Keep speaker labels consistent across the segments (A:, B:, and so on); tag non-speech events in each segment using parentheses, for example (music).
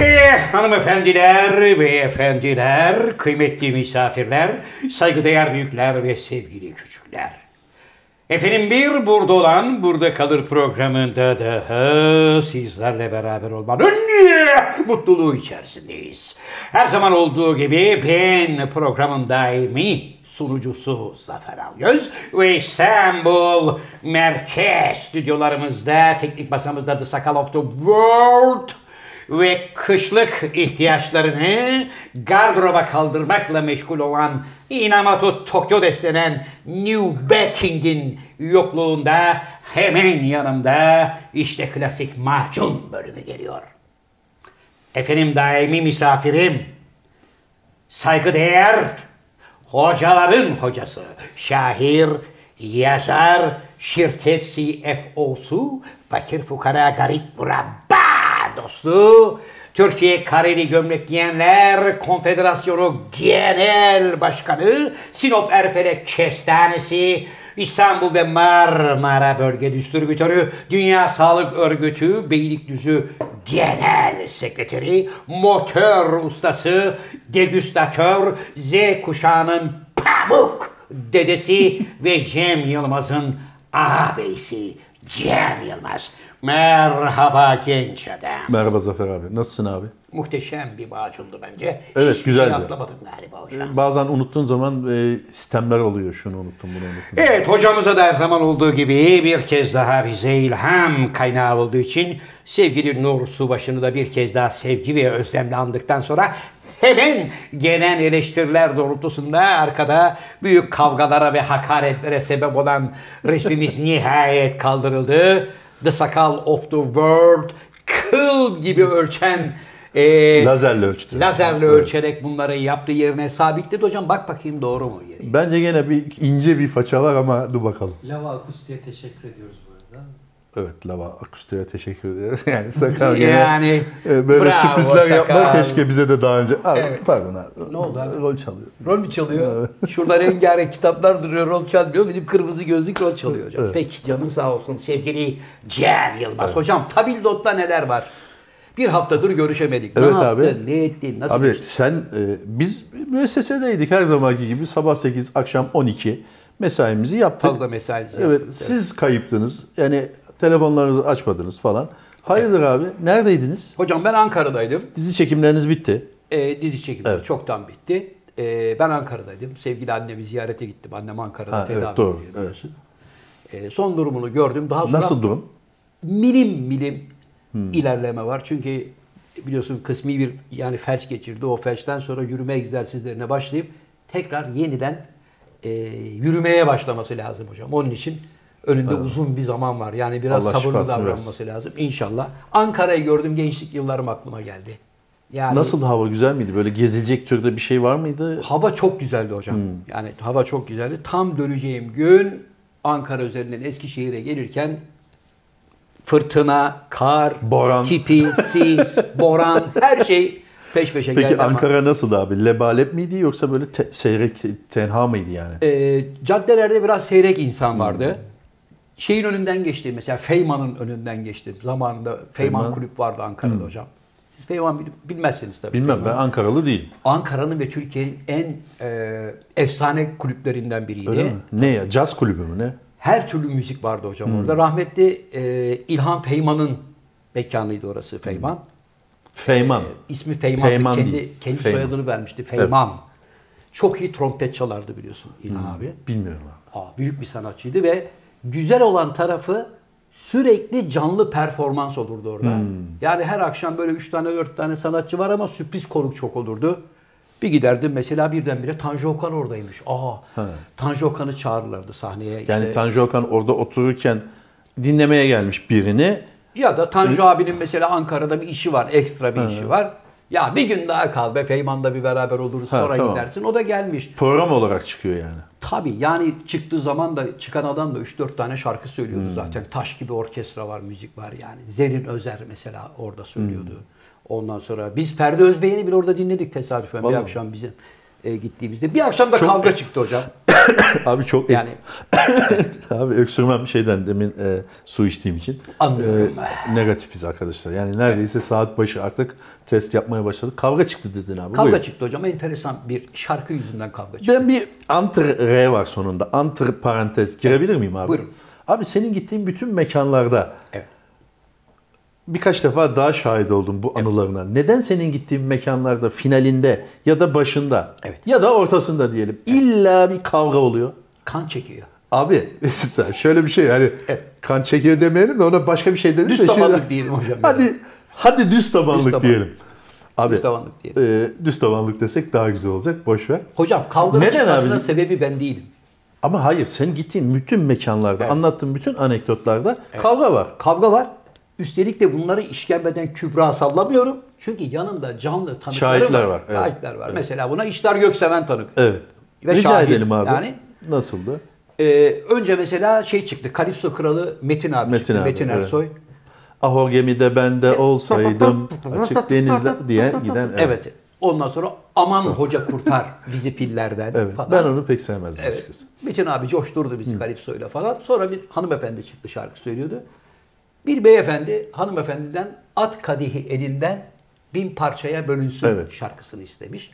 A: Ee, Hanımefendiler, beyefendiler, kıymetli misafirler, saygıdeğer büyükler ve sevgili küçükler. Efendim bir burada olan burada kalır programında daha sizlerle beraber olmanın (laughs) mutluluğu içerisindeyiz. Her zaman olduğu gibi ben programın daimi sunucusu Zafer Algöz ve İstanbul Merkez stüdyolarımızda teknik masamızda The Sakal of the World ve kışlık ihtiyaçlarını gardıroba kaldırmakla meşgul olan Inamoto Tokyo destenen New Backing'in yokluğunda hemen yanımda işte klasik macun bölümü geliyor. Efendim daimi misafirim, saygıdeğer hocaların hocası, şair, yazar, şirket CFO'su, fakir fukara garip murabba dostu, Türkiye Kareli Gömlek Giyenler Konfederasyonu Genel Başkanı, Sinop Erfelek Kestanesi, İstanbul ve Marmara Bölge Distribütörü, Dünya Sağlık Örgütü, Beylikdüzü Genel Sekreteri, Motor Ustası, Degüstatör, Z kuşağının pamuk dedesi ve Cem Yılmaz'ın ağabeyisi Cem Yılmaz. Merhaba genç adam.
B: Merhaba Zafer abi. Nasılsın abi?
A: Muhteşem bir bağcıldı bence.
B: Evet,
A: Hiçbir
B: güzeldi.
A: şey atlamadım galiba hocam.
B: Bazen unuttuğun zaman e, sistemler oluyor. Şunu unuttum, bunu unuttum.
A: Evet hocamıza da her zaman olduğu gibi bir kez daha bize ilham kaynağı olduğu için sevgili Nur Subaşı'nı da bir kez daha sevgi ve özlemle andıktan sonra hemen gelen eleştiriler doğrultusunda arkada büyük kavgalara ve hakaretlere sebep olan resmimiz (laughs) nihayet kaldırıldı. The Sakal of the World kıl gibi ölçen e,
B: Lazerle ölçtü.
A: lazerle ölçerek bunları yaptı yerine sabitledi. Hocam bak bakayım doğru mu? yeri?
B: Bence gene bir ince bir faça var ama dur bakalım.
C: Lava Akustik'e teşekkür ediyoruz bu arada.
B: Evet Lava Akustik'e teşekkür ederiz. (laughs) Yani sakal gene
A: Yani
B: e, böyle
A: bravo
B: sürprizler yapma
A: sakal.
B: keşke bize de daha önce. Abi, Pardon abi.
A: Ne oldu abi?
B: Rol çalıyor.
A: Rol mü çalıyor? Şurada rengarenk kitaplar duruyor, rol çalmıyor. Benim kırmızı gözlük rol çalıyor hocam. Peki canın sağ olsun sevgili Cem Yılmaz. Hocam Tabildot'ta neler var? Bir haftadır görüşemedik.
B: Evet
A: ne
B: abi.
A: yaptın, ne ettin, nasıl
B: Abi
A: geçti?
B: sen e, biz müessesedeydik her zamanki gibi sabah 8 akşam 12 mesaimizi yaptık.
A: Fazla mesainiz
B: Evet,
A: yaptınız,
B: siz kayıptınız. Yani telefonlarınızı açmadınız falan. Hayırdır abi? Neredeydiniz?
A: Hocam ben Ankara'daydım.
B: Dizi çekimleriniz bitti.
A: Ee, dizi çekimi
B: Evet.
A: çoktan bitti. Ee, ben Ankara'daydım. Sevgili annemi ziyarete gittim. Annem Ankara'da
B: Ha,
A: tedavi
B: evet doğru.
A: ediyor.
B: Evet.
A: Ee, son durumunu gördüm. Daha sonra
B: Nasıl durum?
A: milim milim
B: Hmm.
A: ilerleme var. Çünkü biliyorsun kısmi bir yani felç geçirdi. O felçten sonra yürüme egzersizlerine başlayıp tekrar yeniden e, yürümeye başlaması lazım hocam. Onun için önünde uzun bir zaman var. Yani biraz
B: Allah
A: sabırlı
B: şifasını
A: davranması lazım inşallah. Ankara'yı gördüm gençlik yıllarım aklıma geldi. Yani
B: Nasıl hava güzel miydi? Böyle gezilecek türde bir şey var mıydı?
A: Hava çok güzeldi hocam.
B: Hmm.
A: Yani hava çok güzeldi. Tam döneceğim gün Ankara üzerinden Eskişehir'e gelirken fırtına, kar,
B: Boran.
A: tipi, sis, boran her şey peş peşe geldi.
B: Peki
A: ama,
B: Ankara nasıldı abi? Lebalep miydi yoksa böyle te- seyrek tenha mıydı yani?
A: e, caddelerde biraz seyrek insan vardı. Şeyin önünden geçti mesela Feyman'ın önünden geçti. Zamanında Feyman,
B: Feyman.
A: Kulüp vardı Ankara'da hocam. Siz Feyman bil- bilmezsiniz tabii.
B: Bilmem ben
A: Feyman'ı.
B: Ankaralı değilim.
A: Ankara'nın ve Türkiye'nin en e, efsane kulüplerinden biriydi.
B: Öyle mi? Ne ya? Caz kulübü mü ne?
A: Her türlü müzik vardı hocam orada. Rahmetli e, İlhan Feyman'ın mekanıydı orası Feyman.
B: Feyman.
A: İsmi Feyman'dı.
B: Feyman
A: kendi
B: değil.
A: kendi
B: Feyman.
A: soyadını vermişti. Feyman. Çok iyi trompet çalardı biliyorsun İlhan
B: Hmm.
A: abi.
B: Bilmiyorum abi.
A: Aa, büyük bir sanatçıydı ve güzel olan tarafı sürekli canlı performans olurdu orada.
B: Hmm.
A: Yani her akşam böyle 3 tane 4 tane sanatçı var ama sürpriz konuk çok olurdu. Bir giderdim mesela birdenbire Tanju Okan oradaymış. Aa, Tanju Okan'ı çağırırlardı sahneye.
B: Yani
A: İşte-
B: Tanju Okan orada otururken dinlemeye gelmiş birini.
A: Ya da Tanju abinin mesela Ankara'da bir işi var, ekstra bir işi var. Ya bir gün daha kal be Feyman'da bir beraber oluruz
B: Ha,
A: sonra
B: tamam.
A: gidersin. O da gelmiş.
B: Program olarak çıkıyor
A: (laughs)
B: yani.
A: Tabii yani çıktığı zaman da çıkan adam da 3-4 tane şarkı söylüyordu
B: Hmm.
A: zaten. Taş gibi orkestra var, müzik var yani. Zerrin Özer mesela
B: Hmm.
A: orada söylüyordu. Ondan sonra biz Ferdi Özbey'i bile orada dinledik tesadüfen bir akşam bizim. e, gittiğimizde. Bir akşam da kavga çıktı
B: (coughs)
A: hocam.
B: Abi çok
A: Yani-
B: yani (laughs) abi öksürmem şeyden demin e, su içtiğim için.
A: Anlıyorum.
B: E, negatifiz arkadaşlar. Yani neredeyse saat başı artık test yapmaya başladık. Kavga çıktı dedin abi.
A: Kavga
B: Buyur.
A: çıktı hocam. Enteresan bir şarkı yüzünden kavga çıktı.
B: Ben bir antr R var sonunda. Antr parantez girebilir miyim abi?
A: Buyurun.
B: Abi senin gittiğin bütün mekanlarda
A: Evet.
B: birkaç defa daha şahit oldum bu anılarına. Neden senin gittiğin mekanlarda finalinde ya da başında
A: Evet.
B: ya da ortasında diyelim illa bir kavga oluyor?
A: Kan çekiyor.
B: Abi (laughs) sen şöyle bir şey yani kan çekiyor demeyelim de ona başka bir şey dedim
A: Düz
B: de şimdi-
A: tabanlık diyelim hocam.
B: Hadi hadi düz tabanlık
A: Düz taban-
B: diyelim. Abi
A: Düz tabanlık diyelim.
B: e, düz tabanlık desek daha güzel olacak. Boş ver.
A: Hocam kavga
B: Neden
A: çıkmasının
B: abi?
A: sebebi ben değilim.
B: Ama hayır sen gittiğin bütün mekanlarda anlattığın bütün anekdotlarda kavga var.
A: Kavga var. Üstelik de bunları işkembeden kübra sallamıyorum. Çünkü yanımda canlı tanıkları
B: Şahitler var, evet.
A: Şahitler var. Mesela buna İşler Gökseven tanık.
B: Evet.
A: Ve
B: Rica
A: şahit.
B: edelim abi.
A: Yani-
B: Nasıldı?
A: Ee, önce mesela şey çıktı. Kalipso Kralı Metin abi
B: Metin
A: çıktı.
B: abi,
A: Metin
B: evet.
A: Ersoy.
B: Ah o gemide ben de olsaydım
A: (laughs)
B: açık denizde diye giden.
A: Evet. Ondan sonra aman hoca kurtar bizi fillerden
B: Evet.
A: falan.
B: Ben onu pek sevmezdim
A: Evet.
B: açıkçası.
A: Metin abi coşturdu bizi Kalipso'yla falan. Sonra bir hanımefendi çıktı şarkı söylüyordu. Bir beyefendi hanımefendiden at kadihi elinden bin parçaya bölünsün
B: Evet.
A: şarkısını istemiş.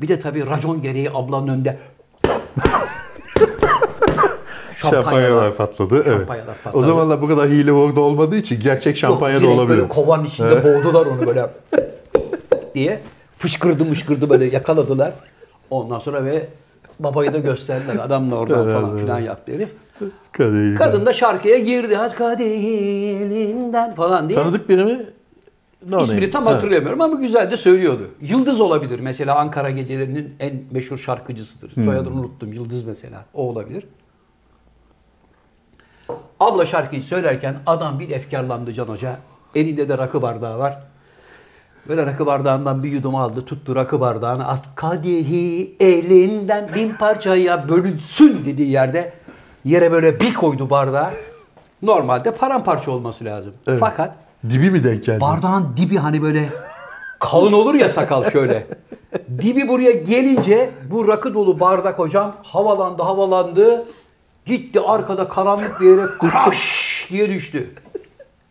A: Bir de tabii racon gereği ablanın önünde
B: Şampanyalar patladı. Evet.
A: Şampanyalar
B: O
A: patladı.
B: zamanlar bu kadar hile orada olmadığı için gerçek şampanya da
A: direkt
B: olabilir.
A: Böyle kovanın içinde boğdular onu böyle (laughs) diye. Fışkırdı mışkırdı böyle yakaladılar. Ondan sonra ve babayı da gösterdiler. Adam da oradan falan filan yaptı herif.
B: Kadehi.
A: Kadın da şarkıya girdi. Hadi kaderinden falan diye.
B: Tanıdık biri mi? No
A: İsmini
B: name.
A: tam
B: Ha.
A: hatırlamıyorum ama güzel de söylüyordu. Yıldız olabilir mesela Ankara gecelerinin en meşhur şarkıcısıdır.
B: Hmm.
A: Soyadını unuttum. Yıldız mesela. O olabilir. Abla şarkıyı söylerken adam bir efkarlandı Can Hoca. Elinde de rakı bardağı var. Böyle rakı bardağından bir yudum aldı, tuttu rakı bardağını, at kadehi elinden bin parçaya bölünsün dediği yerde yere böyle bir koydu bardağı. Normalde paramparça olması lazım.
B: Evet.
A: Fakat
B: Dibi mi denk geldi?
A: Bardağın dibi hani böyle (laughs) kalın olur ya sakal şöyle. Dibi buraya gelince bu rakı dolu bardak hocam havalandı havalandı. Gitti arkada karanlık bir yere kraş diye düştü.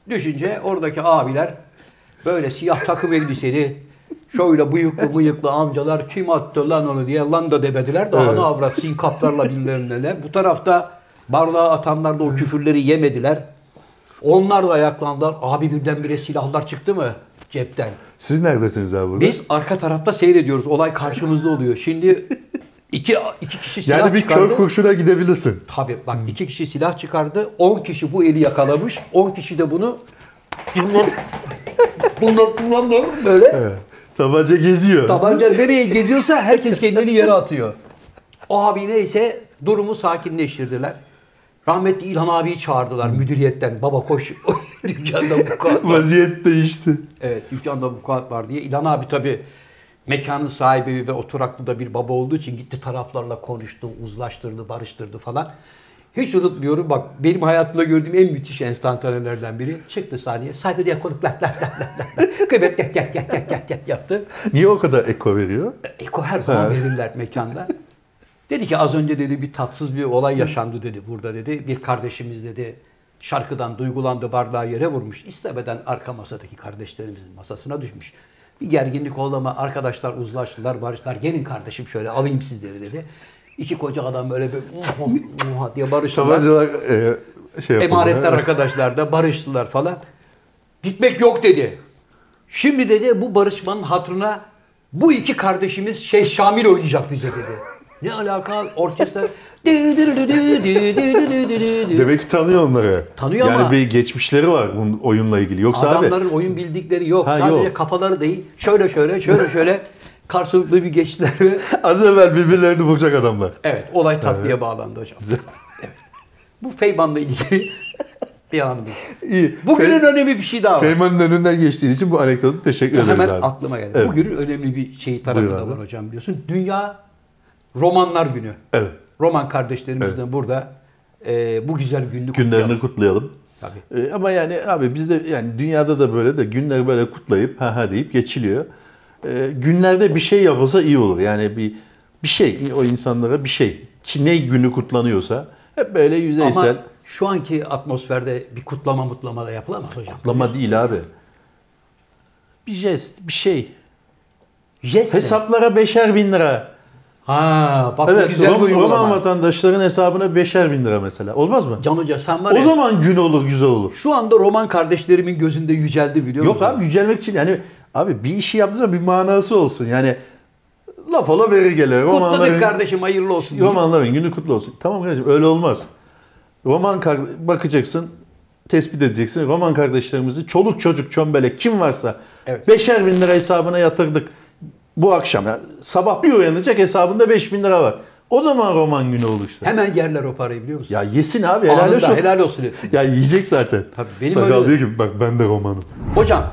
A: Düşünce oradaki abiler böyle siyah takım elbiseli şöyle bıyıklı bıyıklı amcalar kim attı lan onu diye lan da debediler de ana avrat sinkaplarla bilmem neler. Bu tarafta bardağa atanlar da o küfürleri yemediler. Onlar da ayaklandılar. Abi birdenbire silahlar çıktı mı cepten?
B: Siz neredesiniz abi burada?
A: Biz arka tarafta seyrediyoruz. Olay karşımızda oluyor. Şimdi iki, iki kişi silah
B: yani bir
A: çıkardı.
B: kör kurşuna gidebilirsin.
A: Tabii bak iki kişi silah çıkardı. 10 kişi bu eli yakalamış. 10 kişi de bunu bunlar bunlar bunlar böyle
B: Evet. Tabanca geziyor.
A: tabanca nereye gidiyorsa herkes kendini yere atıyor. O abi neyse durumu sakinleştirdiler. Rahmetli İlhan abiyi çağırdılar müdüriyetten. Baba koş (laughs) dükkanda bu kağıt var.
B: Vaziyet değişti.
A: Evet dükkanda bu kağıt var diye. İlhan abi tabi mekanın sahibi ve oturaklı da bir baba olduğu için gitti taraflarla konuştu, uzlaştırdı, barıştırdı falan. Hiç unutmuyorum bak benim hayatımda gördüğüm en müthiş enstantanelerden biri. Çıktı sahneye saygıdeğer konuklar laf laf laf laf laf kıymetli yak yak yak yak yak yak yaptı.
B: Niye o kadar eko veriyor?
A: Eko her zaman verirler mekanda. Dedi ki az önce dedi bir tatsız bir olay yaşandı dedi burada dedi. Bir kardeşimiz dedi şarkıdan duygulandı bardağı yere vurmuş. İstemeden arka masadaki kardeşlerimizin masasına düşmüş. Bir gerginlik olama arkadaşlar uzlaştılar barıştılar. Gelin kardeşim şöyle alayım sizleri dedi. İki koca adam böyle bir "Muh, muh, muh" diye barıştılar.
B: Tabancalar e, şey yapıyor.
A: Emaretler arkadaşlar da barıştılar falan. Gitmek yok dedi. Şimdi dedi bu barışmanın hatırına bu iki kardeşimiz şey Şamil oynayacak bize dedi. Ne alaka orkestra. (laughs)
B: Demek ki tanıyor onları.
A: Tanıyor
B: yani
A: ama-
B: bir geçmişleri var bunun oyunla ilgili. Yoksa abi
A: Adamların oyun bildikleri yok.
B: Ha,
A: Sadece
B: yok.
A: kafaları değil. Şöyle şöyle şöyle şöyle karşılıklı bir geçtiler ve
B: az evvel birbirlerini vuracak adamlar.
A: evet olay tatlıya bağlandı hocam. Evet. Bu Feyban'la ilgili (laughs) bir anımdı.
B: İyi.
A: Bugünün
B: Fe-
A: önemli bir şey daha var.
B: Feyman'ın önünden geçtiğin için bu anekdotu teşekkür ederiz
A: Hemen
B: abi.
A: aklıma geldi.
B: Evet.
A: Bugünün önemli bir şeyi tarafı
B: Buyur
A: da
B: abi.
A: var hocam biliyorsun. Dünya Romanlar Günü.
B: Evet.
A: Roman kardeşlerimizden burada e, bu güzel günlük
B: Günlerini kutlayalım.
A: Tabii.
B: E, ama yani abi bizde yani dünyada da böyle de günler böyle kutlayıp ha ha deyip geçiliyor. E, günlerde bir şey yapılsa iyi olur. Yani bir bir şey o insanlara bir şey. Ki Ne günü kutlanıyorsa hep böyle yüzeysel
A: Ama şu anki atmosferde bir kutlama mutlama da yapılamaz hocam.
B: kutlama değil abi. Bir jest, bir şey.
D: Jest
B: Hesaplara beşer bin lira.
A: Ha bak bu
B: Evet,
A: güzel bir
B: Roma, Roma
A: uygulama.
B: vatandaşların hesabına beşer bin lira mesela. Olmaz mı?
A: Can Hoca sen var
B: O
A: ya,
B: zaman gün olur, güzel olur.
A: şu anda Roman kardeşlerimin gözünde yüceldi biliyor
B: Yok
A: musun?
B: abi yücelmek için yani abi bir işi yaptığın zaman bir manası olsun. Yani laf ola veri gele.
A: Kutladık
B: Romanların,
A: kardeşim hayırlı olsun. diye.
B: romanların günü kutlu olsun. Tamam kardeşim öyle olmaz. Roman kar- bakacaksın, tespit edeceksin. Roman kardeşlerimizi çoluk çocuk çömbelek kim varsa
A: Evet.
B: beşer bin lira hesabına yatırdık. Bu akşam yani sabah bir uyanacak hesabında beş bin lira var. O zaman roman günü olur işte.
A: Hemen yerler o parayı biliyor musun?
B: Ya yesin abi
A: helal
B: helal
A: Anında,
B: olsun.
A: olsun. helal olsun. herif.
B: Ya yiyecek zaten.
A: Tabii, benim
B: Sakal
A: öyle-
B: diyor ki bak ben de romanım. (laughs)
A: Hocam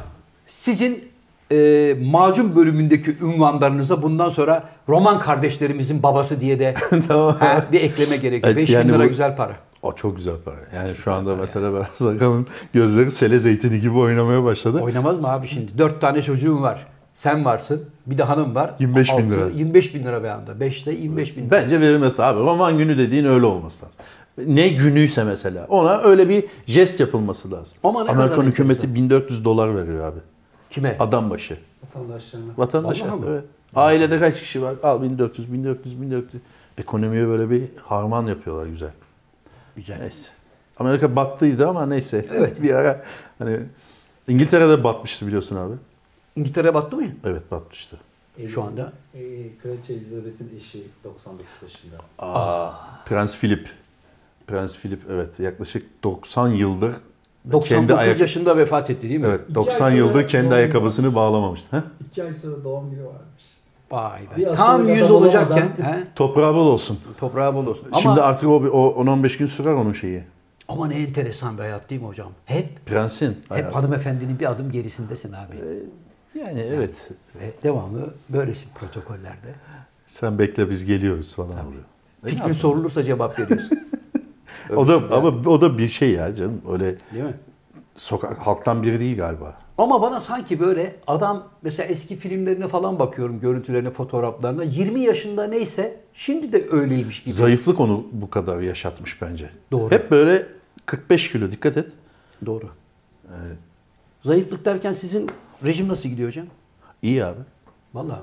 A: sizin e, macun bölümündeki ünvanlarınıza bundan sonra Roman kardeşlerimizin babası diye
B: (laughs)
A: de
B: Tamam.
A: ha, bir ekleme gerekiyor.
B: Evet,
A: 5
B: E, yani
A: bin lira
B: bu-
A: güzel para.
B: O çok güzel para. Yani şu anda mesela ben (laughs) Sakal'ın gözleri sele zeytini gibi oynamaya başladı.
A: Oynamaz mı abi şimdi? 4 tane çocuğum var. Sen varsın. Bir de hanım var.
B: 25 bin
A: Altı-
B: lira.
A: 25 bin lira bir anda. 5'te 25 bin lira.
B: Bence verilmesi abi. Roman günü dediğin öyle olması lazım. Ne günüyse mesela ona öyle bir jest yapılması lazım.
A: Ama ne
B: Amerikan
A: kadar
B: hükümeti 1400 dolar veriyor abi.
A: Kime?
B: Adam başı.
E: Vatandaşlarına.
B: Vatandaşa.
A: Vallahi mi?
B: Evet. Ailede kaç kişi var? Al 1400, 1400, 1400. Ekonomiye böyle bir harman yapıyorlar güzel.
A: Güzel.
B: Neyse. Amerika battıydı ama neyse. (laughs) bir ara hani İngiltere'de batmıştı biliyorsun abi.
A: İngiltere battı mı? ya?
B: Evet batmıştı.
A: Şu anda.
E: Ee, Kraliçe Elizabeth'in eşi 99 yaşında.
B: Prens Philip. Prens Philip evet yaklaşık 90 yıldır
A: 99
B: kendi ayak
A: yaşında vefat etti değil mi?
B: Evet
E: İki
B: 90
E: ay
B: yıldır
E: sonra
B: kendi
E: doğum
B: ayakkabısını bağlamamıştı. Heh.
E: İki ay sonra doğum günü varmış.
A: Vay be.
E: Bir asırlık
A: Tam 100
E: adam
A: olacakken
E: olmadan-
A: he,
B: Toprağı bol olsun.
A: toprağa bol olsun. Ama,
B: Şimdi artık o, bir- o 10-15 gün sürer onun şeyi.
A: ama ne enteresan bir hayat değil mi hocam? Hep
B: Prensin.
E: E,
B: hayatı.
A: hep hanımefendinin bir adım gerisindesin abi.
B: Yani evet.
A: Ve devamlı böylesi protokollerde.
B: Sen bekle biz geliyoruz falan oluyor. E,
A: Fikrin sorulursa cevap veriyorsun.
B: O da ama o da bir şey ya canım. Öyle
A: değil mi?
B: sokak halktan biri değil galiba.
A: Ama bana sanki böyle adam mesela eski filmlerine falan bakıyorum görüntülerine, fotoğraflarına. 20 yaşında neyse şimdi de öyleymiş gibi.
B: Zayıflık onu bu kadar yaşatmış bence.
A: Doğru.
B: Hep böyle 45 kilo dikkat et.
A: Doğru. Zayıflık derken sizin rejim nasıl gidiyor hocam?
B: İyi abi.
A: Vallahi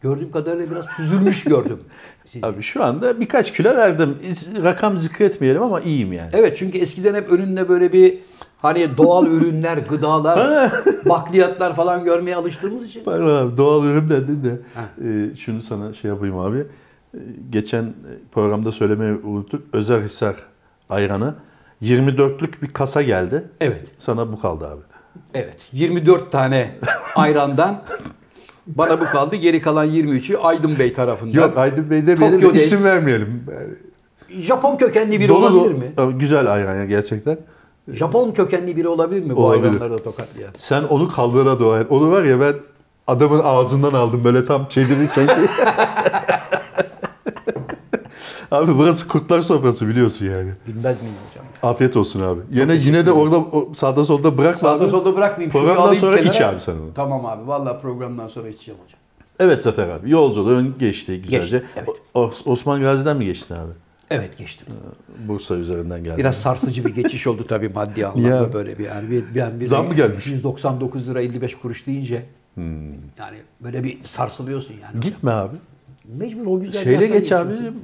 A: gördüğüm kadarıyla biraz süzülmüş gördüm. sizi.
B: Abi şu anda birkaç kilo verdim. İs- Rakam zikretmeyelim ama iyiyim yani.
A: Evet çünkü eskiden hep önünde böyle bir hani doğal ürünler, gıdalar, bakliyatlar falan görmeye alıştığımız için.
B: Pardon abi doğal ürün dedin de
A: Ha.
B: e, şunu sana şey yapayım abi. E, geçen programda söylemeyi unuttuk. Özer Hisar ayranı 24'lük bir kasa geldi.
A: Evet.
B: Sana bu kaldı abi.
A: Evet. 24 tane ayrandan bana bu kaldı. Geri kalan 23'ü Aydın Bey tarafından.
B: Yok Aydın Bey demeyelim de
A: Tokyo'dayız.
B: isim vermeyelim. Yani
A: Japon kökenli biri
B: dolu-
A: olabilir mi?
B: Abi Güzel ayran ya gerçekten.
A: Japon kökenli biri olabilir mi bu
B: Olabilir.
A: ayranları da tokatlayan?
B: Sen onu kaldırana dua et. Onu var ya ben adamın ağzından aldım böyle tam çevirirken (laughs) şey. abi burası kurtlar sofrası biliyorsun yani.
A: Bilmez miyim hocam?
B: Afiyet olsun abi. Yine yine de orada o, sağda solda bırakma
A: Sağda
B: abi.
A: solda bırakmayayım. Şunu
B: Programdan
A: alayım
B: sonra
A: kenara.
B: iç abi sen onu.
A: Tamam abi. Vallahi programdan sonra içeceğim hocam.
B: Evet Zafer abi. Yolculuğun geçti güzelce.
A: Geçti, evet.
B: O- Os- Osman Gazi'den mi geçtin abi?
A: Evet geçtim.
B: Ee. Bursa üzerinden geldin.
A: Biraz sarsıcı bir geçiş oldu tabii maddi
B: Ya.
A: anlamda böyle bir yani bir, bir, bir-
B: Zam mı gelmiş? Hmm.
A: 199 lira 55 kuruş deyince yani böyle bir sarsılıyorsun yani.
B: Gitme abi.
A: Mecbur o güzel
B: Şeyle
A: fiyattan
B: geç abi.
A: geçiyorsun.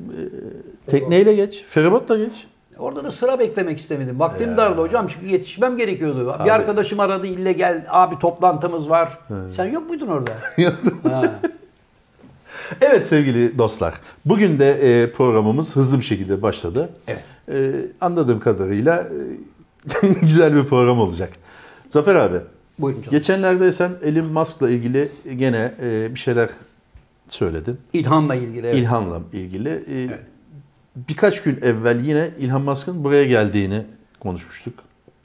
B: e, tekneyle geç. Feribotla geç.
A: Orada da sıra beklemek istemedim. Vaktim dardı hocam çünkü yetişmem gerekiyordu. Bir arkadaşım aradı ille gel abi toplantımız var. Sen yok muydun
B: (laughs)
A: orada? Ha.
B: Evet sevgili dostlar. Bugün de e, programımız hızlı bir şekilde başladı.
A: Evet.
B: E, anladığım kadarıyla e, (laughs) güzel bir program olacak. Zafer abi.
A: Buyurun canım.
B: Geçenlerde sen Elon Musk'la ilgili gene e, bir şeyler söyledin.
A: İlhan'la ilgili. evet.
B: İlhan'la ilgili. E, Birkaç gün evvel yine İlhan Musk'ın buraya geldiğini konuşmuştuk.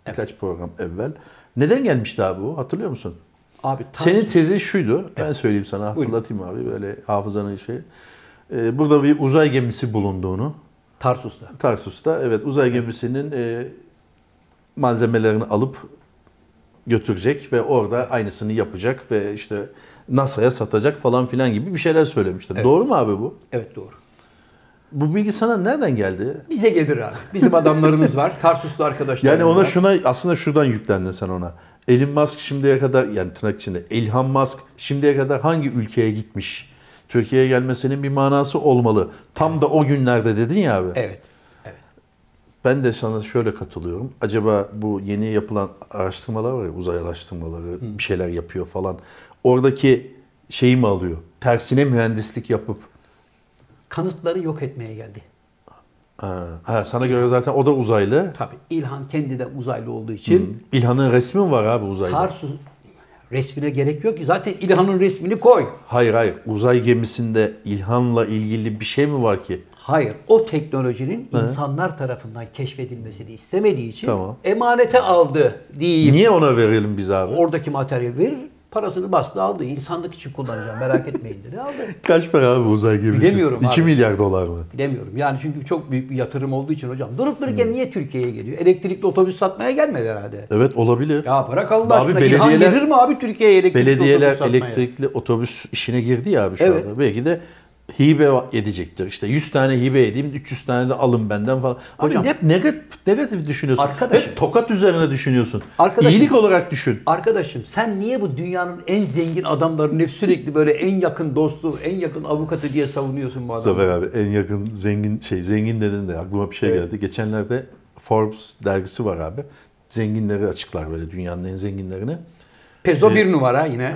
B: Birkaç program evvel. Neden gelmişti abi bu? Hatırlıyor musun?
A: Abi tam-
B: Senin tezi şuydu. Ben söyleyeyim sana hatırlatayım abi böyle hafızanın şeyi. E, burada bir uzay gemisi bulunduğunu.
A: Tarsus'ta.
B: Tarsus'ta evet uzay gemisinin e, malzemelerini alıp götürecek ve orada aynısını yapacak ve işte NASA'ya satacak falan filan gibi bir şeyler söylemişler. Doğru mu abi bu?
A: Evet doğru.
B: Bu bilgi sana nereden geldi?
A: Bize gelir abi. Bizim adamlarımız
B: (laughs)
A: var. Tarsuslu arkadaşlar.
B: Yani ona
A: var.
B: şuna aslında şuradan yüklendin sen ona. Elon Musk şimdiye kadar yani tırnak içinde Elon Musk şimdiye kadar hangi ülkeye gitmiş? Türkiye'ye gelmesinin bir manası olmalı. Tam da o günlerde dedin ya abi.
A: Evet.
B: Ben de sana şöyle katılıyorum. Acaba bu yeni yapılan araştırmalar var ya uzay araştırmaları bir şeyler yapıyor falan. Oradaki şeyi mi alıyor? Tersine mühendislik yapıp
A: Kanıtları yok etmeye geldi.
B: ha, ha, sana göre zaten o da uzaylı.
A: Tabii İlhan kendi de uzaylı olduğu için
B: İlhan'ın resmi mi var abi uzaylı?
A: Tarsus resmine gerek yok ki. Zaten İlhan'ın resmini koy.
B: Hayır hayır uzay gemisinde İlhan'la ilgili bir şey mi var ki?
A: Hayır. O teknolojinin insanlar tarafından keşfedilmesini istemediği için
B: Tamam.
A: emanete aldı diyeyim.
B: Niye ona verelim biz abi?
A: Oradaki materyal verir, parasını bastı aldı. İnsanlık için kullanacağım merak etmeyin dedi
B: (laughs)
A: aldı.
B: Kaç para abi uzay gemisi?
A: Bilemiyorum
B: 2
A: abi.
B: milyar dolar mı?
A: Bilemiyorum. Yani çünkü çok büyük bir yatırım olduğu için hocam. Durup dururken
B: Hmm.
A: niye Türkiye'ye geliyor? Elektrikli otobüs satmıyor.
D: Buraya gelmedi herhalde.
B: Evet olabilir.
A: Ya bırak Allah
B: Abi
A: aşkına. İlhan
B: belediyeler-
A: gelir mi abi Türkiye'ye elektrikli
B: Belediyeler
A: otobüs satmaya?
B: elektrikli otobüs işine girdi ya abi şu
A: Evet.
B: anda. Belki de hibe edecektir. İşte 100 tane hibe edeyim, 300 tane de alın benden falan. Abi
A: Hocam-
B: hep negatif, negatif düşünüyorsun.
A: Arkadaşım-
B: hep tokat üzerine düşünüyorsun.
A: Arkadaşım-
B: İyilik olarak düşün.
A: Arkadaşım sen niye bu dünyanın en zengin adamlarının hep sürekli böyle en yakın dostu, en yakın avukatı diye savunuyorsun bu adamı?
B: Zafer abi en yakın zengin şey zengin dedin de aklıma bir şey geldi. Geçenlerde Forbes dergisi var abi. Zenginleri açıklar böyle dünyanın en zenginlerini. (laughs)
A: Pezo bir numara yine.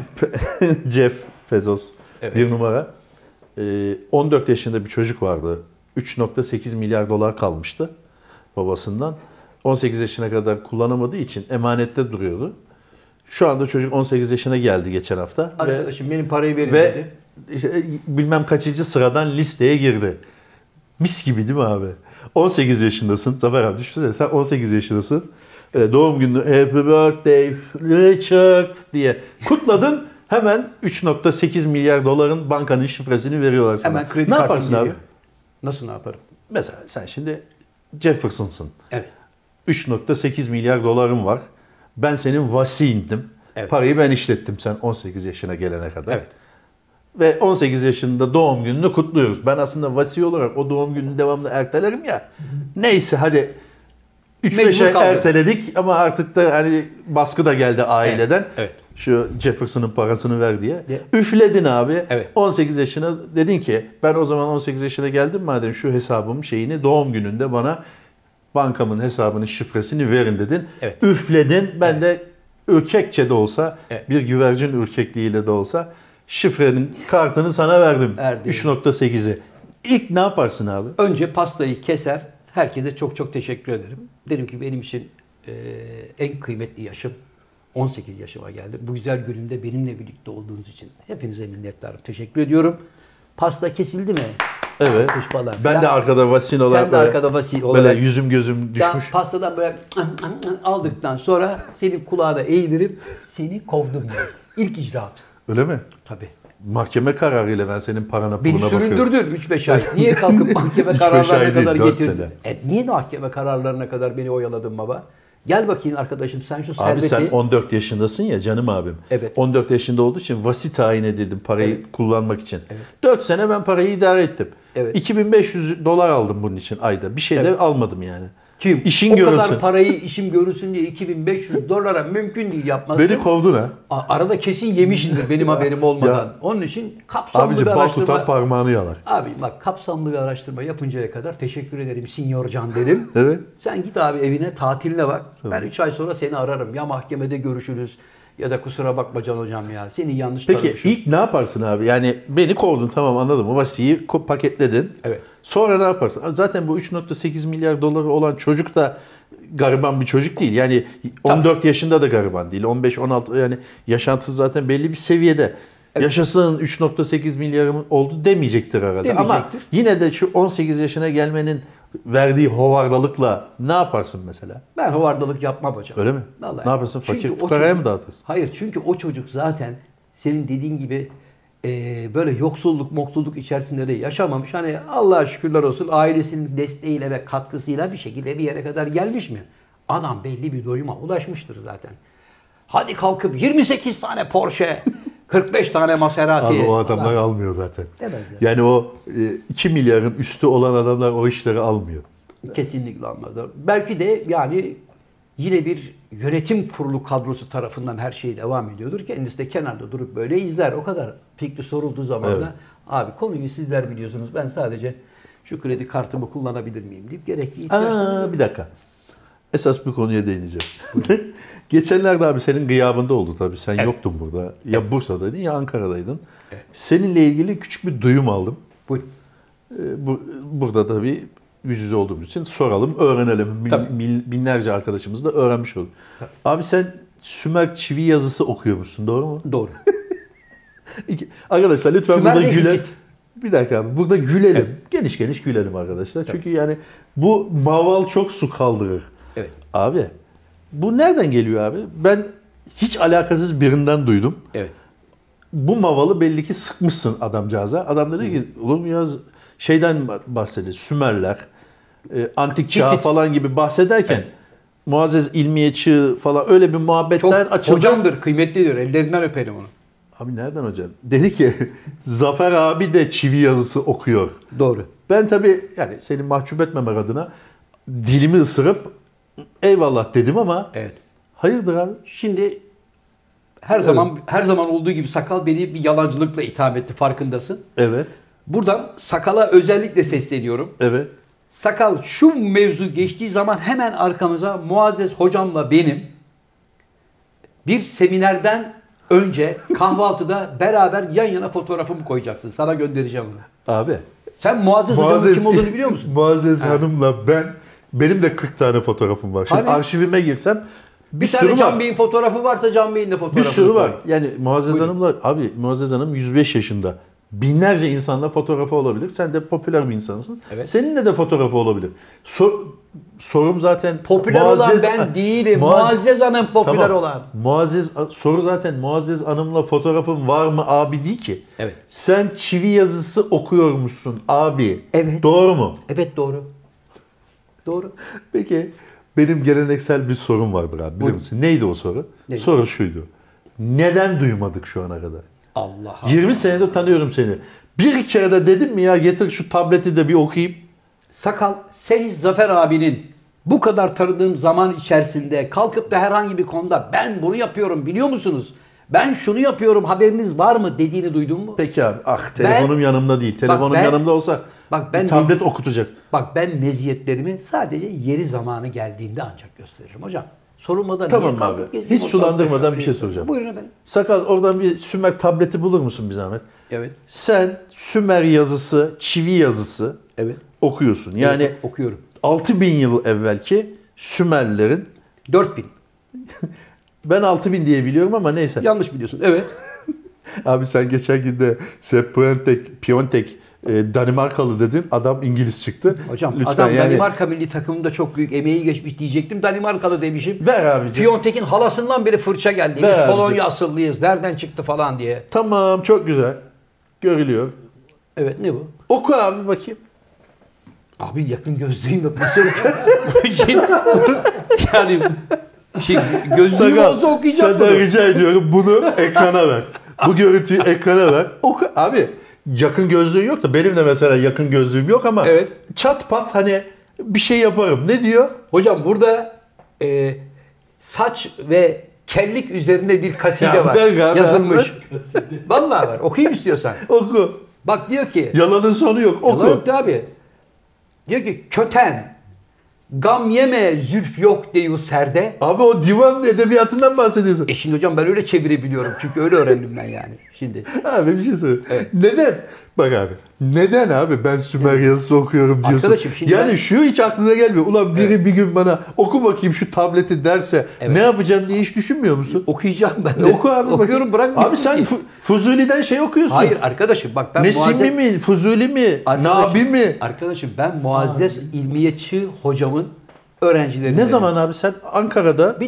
B: Jeff Bezos
A: Evet.
B: bir numara. Ee, 14 yaşında bir çocuk vardı. 3.8 milyar dolar kalmıştı babasından. 18 yaşına kadar kullanamadığı için emanette duruyordu. Şu anda çocuk 18 yaşına geldi geçen hafta ve
A: Arkadaşım benim parayı verin
B: ve
A: dedi.
B: işte e, bilmem kaçıncı sıradan listeye girdi. Mis gibi değil mi abi? 18 yaşındasın. Zafer abi düşünsene sen 18 yaşındasın. Ee, doğum günü Happy Birthday Richard diye kutladın. Hemen 3.8 milyar doların bankanın şifresini veriyorlar sana.
A: Hemen kredi
B: ne
A: kartım
B: yaparsın abi?
A: geliyor. Nasıl ne yaparım?
B: Mesela sen şimdi Jefferson'sın.
A: Evet.
B: 3.8 milyar dolarım var. Ben senin vasiyindim.
A: Evet.
B: Parayı ben işlettim sen 18 yaşına gelene kadar.
A: Evet.
B: Ve 18 yaşında doğum gününü kutluyoruz. Ben aslında vasi olarak o doğum gününü devamlı ertelerim ya. Neyse hadi 3-5
A: Mecbur
B: ay
A: kaldı.
B: erteledik ama artık da hani baskı da geldi aileden.
A: evet.
B: Şu Jefferson'ın parasını ver diye.
A: Ye-
B: Üfledin abi.
A: Evet.
B: 18 yaşına dedin ki ben o zaman 18 yaşına geldim madem şu hesabım şeyini doğum gününde bana bankamın hesabının şifresini verin dedin.
A: Evet.
B: Üfledin. Ben de ürkekçe de olsa
A: Evet.
B: bir güvercin ürkekliğiyle de olsa şifrenin kartını sana verdim.
A: Verdim.
B: 3.8'i. İlk ne yaparsın abi?
A: Önce pastayı keser. Herkese çok çok teşekkür ederim. Derim ki benim için e, en kıymetli yaşım 18 yaşıma geldi. Bu güzel günümde benimle birlikte olduğunuz için hepinize minnettarım. Teşekkür ediyorum. Pasta kesildi mi?
B: Evet.
A: Kuş falan
B: Ben
A: filan.
B: de arkada vasin olarak
A: de
B: böyle-
A: arkada vasi
B: böyle
A: olarak-
B: yüzüm gözüm
A: Ya
B: düşmüş.
A: pastadan böyle aldıktan sonra senin kulağına eğdirip seni kovdum diyor. İlk icraat.
B: Öyle mi?
A: Tabii.
B: Mahkeme kararıyla ben senin parana puluna
A: Beni
B: bakıyorum.
A: süründürdün 3-5 ay. Niye
B: (laughs)
A: kalkıp mahkeme
B: Üç beş ay
A: kararlarına
B: değil,
A: kadar
B: dört
A: getirdin?
B: sene.
A: E, niye mahkeme kararlarına kadar beni oyaladın baba? Gel bakayım arkadaşım sen şu
B: Abi
A: serveti...
B: sen 14 yaşındasın ya canım abim.
A: Evet.
B: 14 yaşında olduğu için vasit tayin edildim parayı kullanmak için. 4 sene ben parayı idare ettim.
A: Evet.
B: 2500 dolar aldım bunun için ayda. Bir şey de almadım yani.
A: Kim?
B: İşin
A: o
B: görünsün.
A: kadar parayı işim görünsün diye 2500 dolara mümkün değil yapması.
B: Beni kovdun ha.
A: A- Arada kesin yemişindir benim haberim olmadan.
B: (laughs) Ya.
A: Onun için kapsamlı
B: Abici
A: bir
B: bal tutan
A: araştırma...
B: parmağını yalar.
A: Abi bak kapsamlı bir araştırma yapıncaya kadar teşekkür ederim Sinyor Can derim.
B: Evet.
A: Sen git abi evine tatiline bak. Ben 3 ay sonra seni ararım. Ya mahkemede görüşürüz ya da kusura bakma Can hocam ya. Seni yanlış
B: Peki
A: tanımışım.
B: ilk ne yaparsın abi? Yani beni kovdun tamam anladım. O vasiyi ko- paketledin.
A: Evet.
B: Sonra ne yaparsın? Zaten bu 3.8 milyar doları olan çocuk da gariban bir çocuk değil. Yani 14 yaşında da gariban değil. 15-16 yani yaşantısı zaten belli bir seviyede. Yaşasın 3.8 milyarım oldu demeyecektir arada. Ama
A: Demeyecektir.
B: yine de şu 18 yaşına gelmenin verdiği hovardalıkla ne yaparsın mesela?
A: Ben hovardalık yapmam hocam.
B: Öyle mi?
A: Vallahi.
B: Ne yaparsın? Fakir
A: Çünkü o
B: fukaraya
A: çocuk-
B: mı dağıtırsın?
A: Hayır çünkü o çocuk zaten senin dediğin gibi eee, böyle yoksulluk moksulluk içerisinde de yaşamamış. Hani Allah'a şükürler olsun ailesinin desteğiyle ve katkısıyla bir şekilde bir yere kadar gelmiş mi? Adam belli bir doyuma ulaşmıştır zaten. Hadi kalkıp 28 tane Porsche, 45 tane Maserati.
B: Abi o
A: falan.
B: adamlar almıyor zaten.
A: Demezler.
B: Yani o 2 milyarın üstü olan adamlar o işleri almıyor.
A: Kesinlikle almazlar. Belki de yani yine bir yönetim kurulu kadrosu tarafından her şey devam ediyordur. Kendisi de kenarda durup böyle izler. O kadar fikri sorulduğu zaman
B: Evet.
A: da abi konuyu sizler biliyorsunuz. Ben sadece şu kredi kartımı kullanabilir miyim deyip gerekli ihtiyaçlarını
B: Aa, bir dakika. Esas bir konuya değineceğim. (laughs) Geçenlerde abi senin gıyabında oldu tabii. Sen yoktun burada. Ya Bursa'daydın ya Ankara'daydın. Seninle ilgili küçük bir duyum aldım.
A: Buyurun.
B: Ee, bu- burada tabii yüz yüze olduğumuz için soralım, öğrenelim. Bin- bin- binlerce arkadaşımız da öğrenmiş oldu. Abi sen Sümer çivi yazısı okuyormuşsun doğru mu?
A: Doğru.
B: İki- Arkadaşlar lütfen
A: Sümer
B: burada
A: ve
B: güle...
A: Hitit.
B: Bir dakika abi burada gülelim. Geniş geniş gülelim arkadaşlar. Çünkü yani bu maval çok su kaldırır.
A: Evet.
B: Abi bu nereden geliyor abi? Ben hiç alakasız birinden duydum.
A: Evet.
B: Bu mavalı belli ki sıkmışsın adamcağıza. Adam dedi ki olur mu ya şeyden bah- bahsediyor. Sümerler, e, antik çağ
A: Hitit.
B: falan gibi bahsederken Muazzez İlmiye Çığ falan öyle bir
A: Çok
B: muhabbetler açıldı.
A: hocamdır, kıymetlidir. Ellerinden öperim onu.
B: Abi nereden hocam? (laughs) Dedi ki Zafer abi de çivi yazısı okuyor.
A: Doğru.
B: Ben tabii yani seni mahcup etmemek adına dilimi ısırıp eyvallah dedim ama
A: Evet.
B: hayırdır abi?
A: Şimdi her zaman her zaman olduğu gibi sakal beni bir yalancılıkla itham etti farkındasın.
B: Evet.
A: Buradan sakala özellikle sesleniyorum.
B: Evet.
A: Sakal şu mevzu geçtiği zaman hemen arkamıza Muazzez hocamla benim bir seminerden önce
B: (laughs)
A: kahvaltıda beraber yan yana fotoğrafımı koyacaksın. Sana göndereceğim onu.
B: Abi.
A: Sen Muazzez, hocamın kim olduğunu biliyor musun?
B: (laughs) Muazzez Hanım'la ben benim de 40 tane fotoğrafım var. Şimdi
A: Hani?
B: arşivime girsem bir,
A: Bir,
B: sürü
A: tane Can
B: var.
A: Bey'in fotoğrafı varsa Can Bey'in de
B: Bir
A: fotoğrafı
B: sürü var. Yani Muazzez Hanım'la abi Muazzez Hanım 105 yaşında. Binlerce insanla fotoğrafı olabilir. Sen de popüler bir insansın.
A: Evet.
B: Seninle de fotoğrafı olabilir. Sor- sorum zaten
A: Popüler
B: Muazzez-
A: olan
B: (laughs)
A: ben değilim.
B: Muaz-
A: Muazzez Hanım popüler
B: Tamam.
A: olan.
B: Muazzez soru zaten Muazzez Hanım'la fotoğrafın var mı abi değil ki.
A: Evet.
B: Sen çivi yazısı okuyormuşsun abi.
A: Evet.
B: Doğru mu?
A: Evet doğru. Doğru.
B: Peki benim geleneksel bir sorum vardır abi biliyor musun? Neydi o soru?
A: Neydi?
B: Soru şuydu. Neden duymadık şu ana kadar?
A: Allah
B: 20 senede tanıyorum seni. Bir kere de dedim mi ya getir şu tableti de bir okuyayım.
A: Sakal, sen Zafer abinin bu kadar tanıdığım zaman içerisinde kalkıp da herhangi bir konuda ben bunu yapıyorum biliyor musunuz? Ben şunu yapıyorum haberiniz var mı dediğini duydun mu?
B: Peki abi ah telefonum yanımda değil. Telefonum
A: ben-
B: yanımda olsa
A: Bak
B: bir
A: ben
B: tablet okutacak.
A: Bak ben meziyetlerimi sadece yeri zamanı geldiğinde ancak gösteririm hocam. Sorulmadan niye
B: Tamam
A: kalkıp
B: abi.
A: gezeyim
B: Hiç
A: ortalıkta
B: sulandırmadan
A: şöyle
B: bir şey soracağım.
A: Buyurun efendim.
B: Sakal oradan bir Sümer tableti bulur musun bir zahmet?
A: Evet.
B: Sen Sümer yazısı, çivi yazısı
A: Evet.
B: okuyorsun. Yani
A: Evet, okuyorum.
B: 6000 yıl evvelki Sümerlerin
A: 4000.
B: ben 6000 diye biliyorum ama neyse.
A: Yanlış biliyorsun. Evet.
B: (laughs) Abi sen geçen gün de Sepp Piontek, Piontek e, Danimarkalı dedin. Adam İngiliz çıktı.
A: Hocam
B: Lütfen
A: adam
B: yani-
A: Danimarka milli takımında çok büyük emeği geçmiş diyecektim. Danimarkalı demişim.
B: Ver abicim.
A: Piontek'in halasından beri fırça geldi. Biz
B: Ver abicim.
A: Polonya asıllıyız. Nereden çıktı falan diye.
B: Tamam çok güzel. Görülüyor.
A: Evet ne bu?
B: Oku abi bakayım.
A: Abi yakın gözlüğüm yok. Nasıl?
B: (laughs) şey-
A: Şimdi- yani şimdi gözlüğüm olsa okuyacak
B: senden
A: mı?
B: rica ediyorum bunu ekrana ver. Bu görüntüyü ekrana ver. Oku. Abi yakın gözlüğün yok da benim de mesela yakın gözlüğüm yok ama
A: Evet.
B: çat pat hani bir şey yaparım. Ne diyor?
A: Hocam burada e, saç ve kellik üzerine bir kaside
B: Ya
A: var.
B: ben abi, (laughs)
A: yazılmış.
E: Kaside.
A: Vallahi var. Okuyayım istiyorsan.
B: Oku.
A: Bak diyor ki.
B: Yalanın sonu yok. Oku.
A: Yalan yoktu abi. Diyor ki köten, gam yeme zülf yok diyor serde.
B: Abi o divan edebiyatından bahsediyorsun.
A: E şimdi hocam ben öyle çevirebiliyorum çünkü öyle öğrendim ben yani. Şimdi
B: Abi bir şey söyleyeyim. Neden? Bak abi. Neden abi ben Sümer yazısı okuyorum diyorsun.
A: Arkadaşım şimdi
B: yani
A: ben-
B: şu hiç aklına gelmiyor. Ulan biri bir gün bana oku bakayım şu tableti derse
A: Evet.
B: ne yapacağım diye hiç düşünmüyor musun?
A: okuyacağım ben.
B: E,
A: de.
B: oku abi.
A: Okuyorum bırakmıyorum
B: Abi sen
A: ki.
B: Fu- Fuzuli'den şey okuyorsun.
A: Hayır arkadaşım bak ben
B: Nesimi
A: Muazzez-
B: mi? Fuzuli mi?
A: Arkadaşım-
B: Nabi mi?
A: Arkadaşım ben Muazzez İlmiye Çığ hocamın öğrencilerinden.
B: Ne zaman abi sen Ankara'da?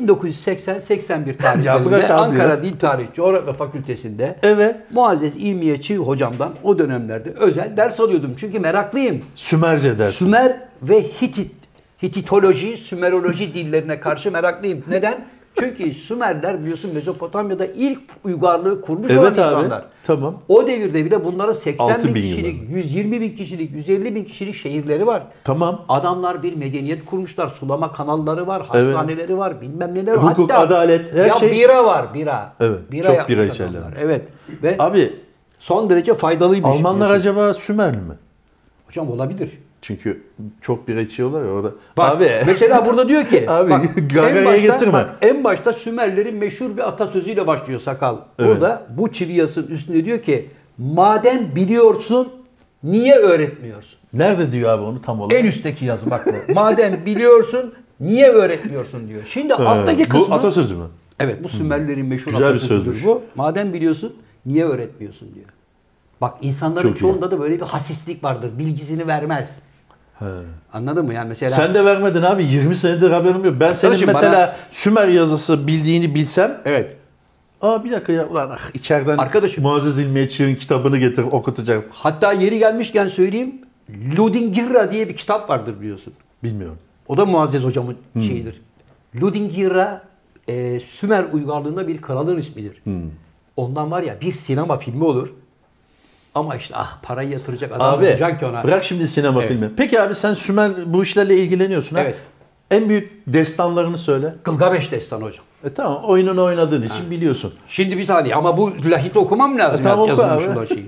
A: 1980-81
B: Ya bırak abi
A: tarihlerinde
B: ya.
A: Ankara Dil Tarihi Coğrafya Fakültesi'nde
B: Evet.
A: Muazzez İlmiye Çığ hocamdan o dönemlerde özel ders alıyordum. Çünkü meraklıyım.
B: Sümerce dersin.
A: Sümer ve Hitit, Hititoloji, Sümeroloji dillerine karşı meraklıyım. Neden? Çünkü Sümerler biliyorsun Mezopotamya'da ilk uygarlığı kurmuş
B: Evet
A: olan
B: abi,
A: insanlar.
B: tamam.
A: O devirde bile bunlara 80
B: Altı
A: bin
B: bin yılı.
A: kişilik, 120 bin kişilik, 150 bin kişilik şehirleri var.
B: Tamam.
A: Adamlar bir medeniyet kurmuşlar. Sulama kanalları var,
B: Evet.
A: hastaneleri var, bilmem neler. var.
B: Hukuk,
A: Hatta
B: adalet, her
A: ya
B: şey-
A: bira var, bira.
B: Evet, çok
A: yapmış
B: bira içerler.
A: adamlar. Evet. Ve
B: Abi
A: son derece faydalıymış.
B: Almanlar
A: diyorsun.
B: acaba Sümerli mi?
A: Hocam olabilir.
B: Çünkü çok bira içiyorlar ya orada.
A: Bak,
B: abi
A: mesela burada diyor ki
B: (laughs) Abi,
A: bak,
B: gagaraya
A: en başta,
B: getirme.
A: bak, en başta Sümerlerin meşhur bir atasözüyle başlıyor sakal. Burada bu çiviyasın üstünde diyor ki madem biliyorsun niye öğretmiyorsun?
B: nerede diyor abi onu tam olarak?
A: En üstteki yazı bak
B: (laughs)
A: bu. madem biliyorsun niye öğretmiyorsun diyor. Şimdi
B: Ee,
A: alttaki kısmı
B: Bu atasözü mü?
A: Evet bu Sümerlerin meşhur
B: Güzel bir
A: atasözüdür
B: sözmüş.
A: bu. Madem biliyorsun niye öğretmiyorsun diyor. Bak insanların
B: Çok iyi.
A: çoğunda da böyle bir hasislik vardır. Bilgisini vermez. Anladın mı? Yani mesela
B: Sen de vermedin abi 20 senedir haberim yok. Ben senin
A: Arkadaşım
B: mesela
A: bana-
B: Sümer yazısı bildiğini bilsem
A: evet.
B: Aa bir dakika ya ulan ah, içeriden
A: Arkadaşım-
B: Muazzez İlmiyeçi'nin kitabını getirip okutacağım.
A: Hatta yeri gelmişken söyleyeyim. Ludingira diye bir kitap vardır biliyorsun.
B: Bilmiyorum.
A: O da Muazzez hocamın
B: Hmm.
A: şeyidir. Ludingira e, Sümer uygarlığında bir kralın ismidir.
B: Hmm.
A: Ondan var ya bir sinema filmi olur. Ama işte ah parayı yatıracak adam
B: Abi
A: olacak ki ona.
B: bırak şimdi sinema
A: Evet.
B: filmi. Peki abi sen Sümer bu işlerle ilgileniyorsun ha?
A: Evet.
B: En büyük destanlarını söyle.
A: Gılgameş destanı hocam.
B: E tamam oyununu oynadığın için biliyorsun.
A: Şimdi bir saniye ama bu lahit okumam lazım
B: E, tamam,
A: ya-
B: oku
A: yazılmış
B: abi.
A: olan şeyi.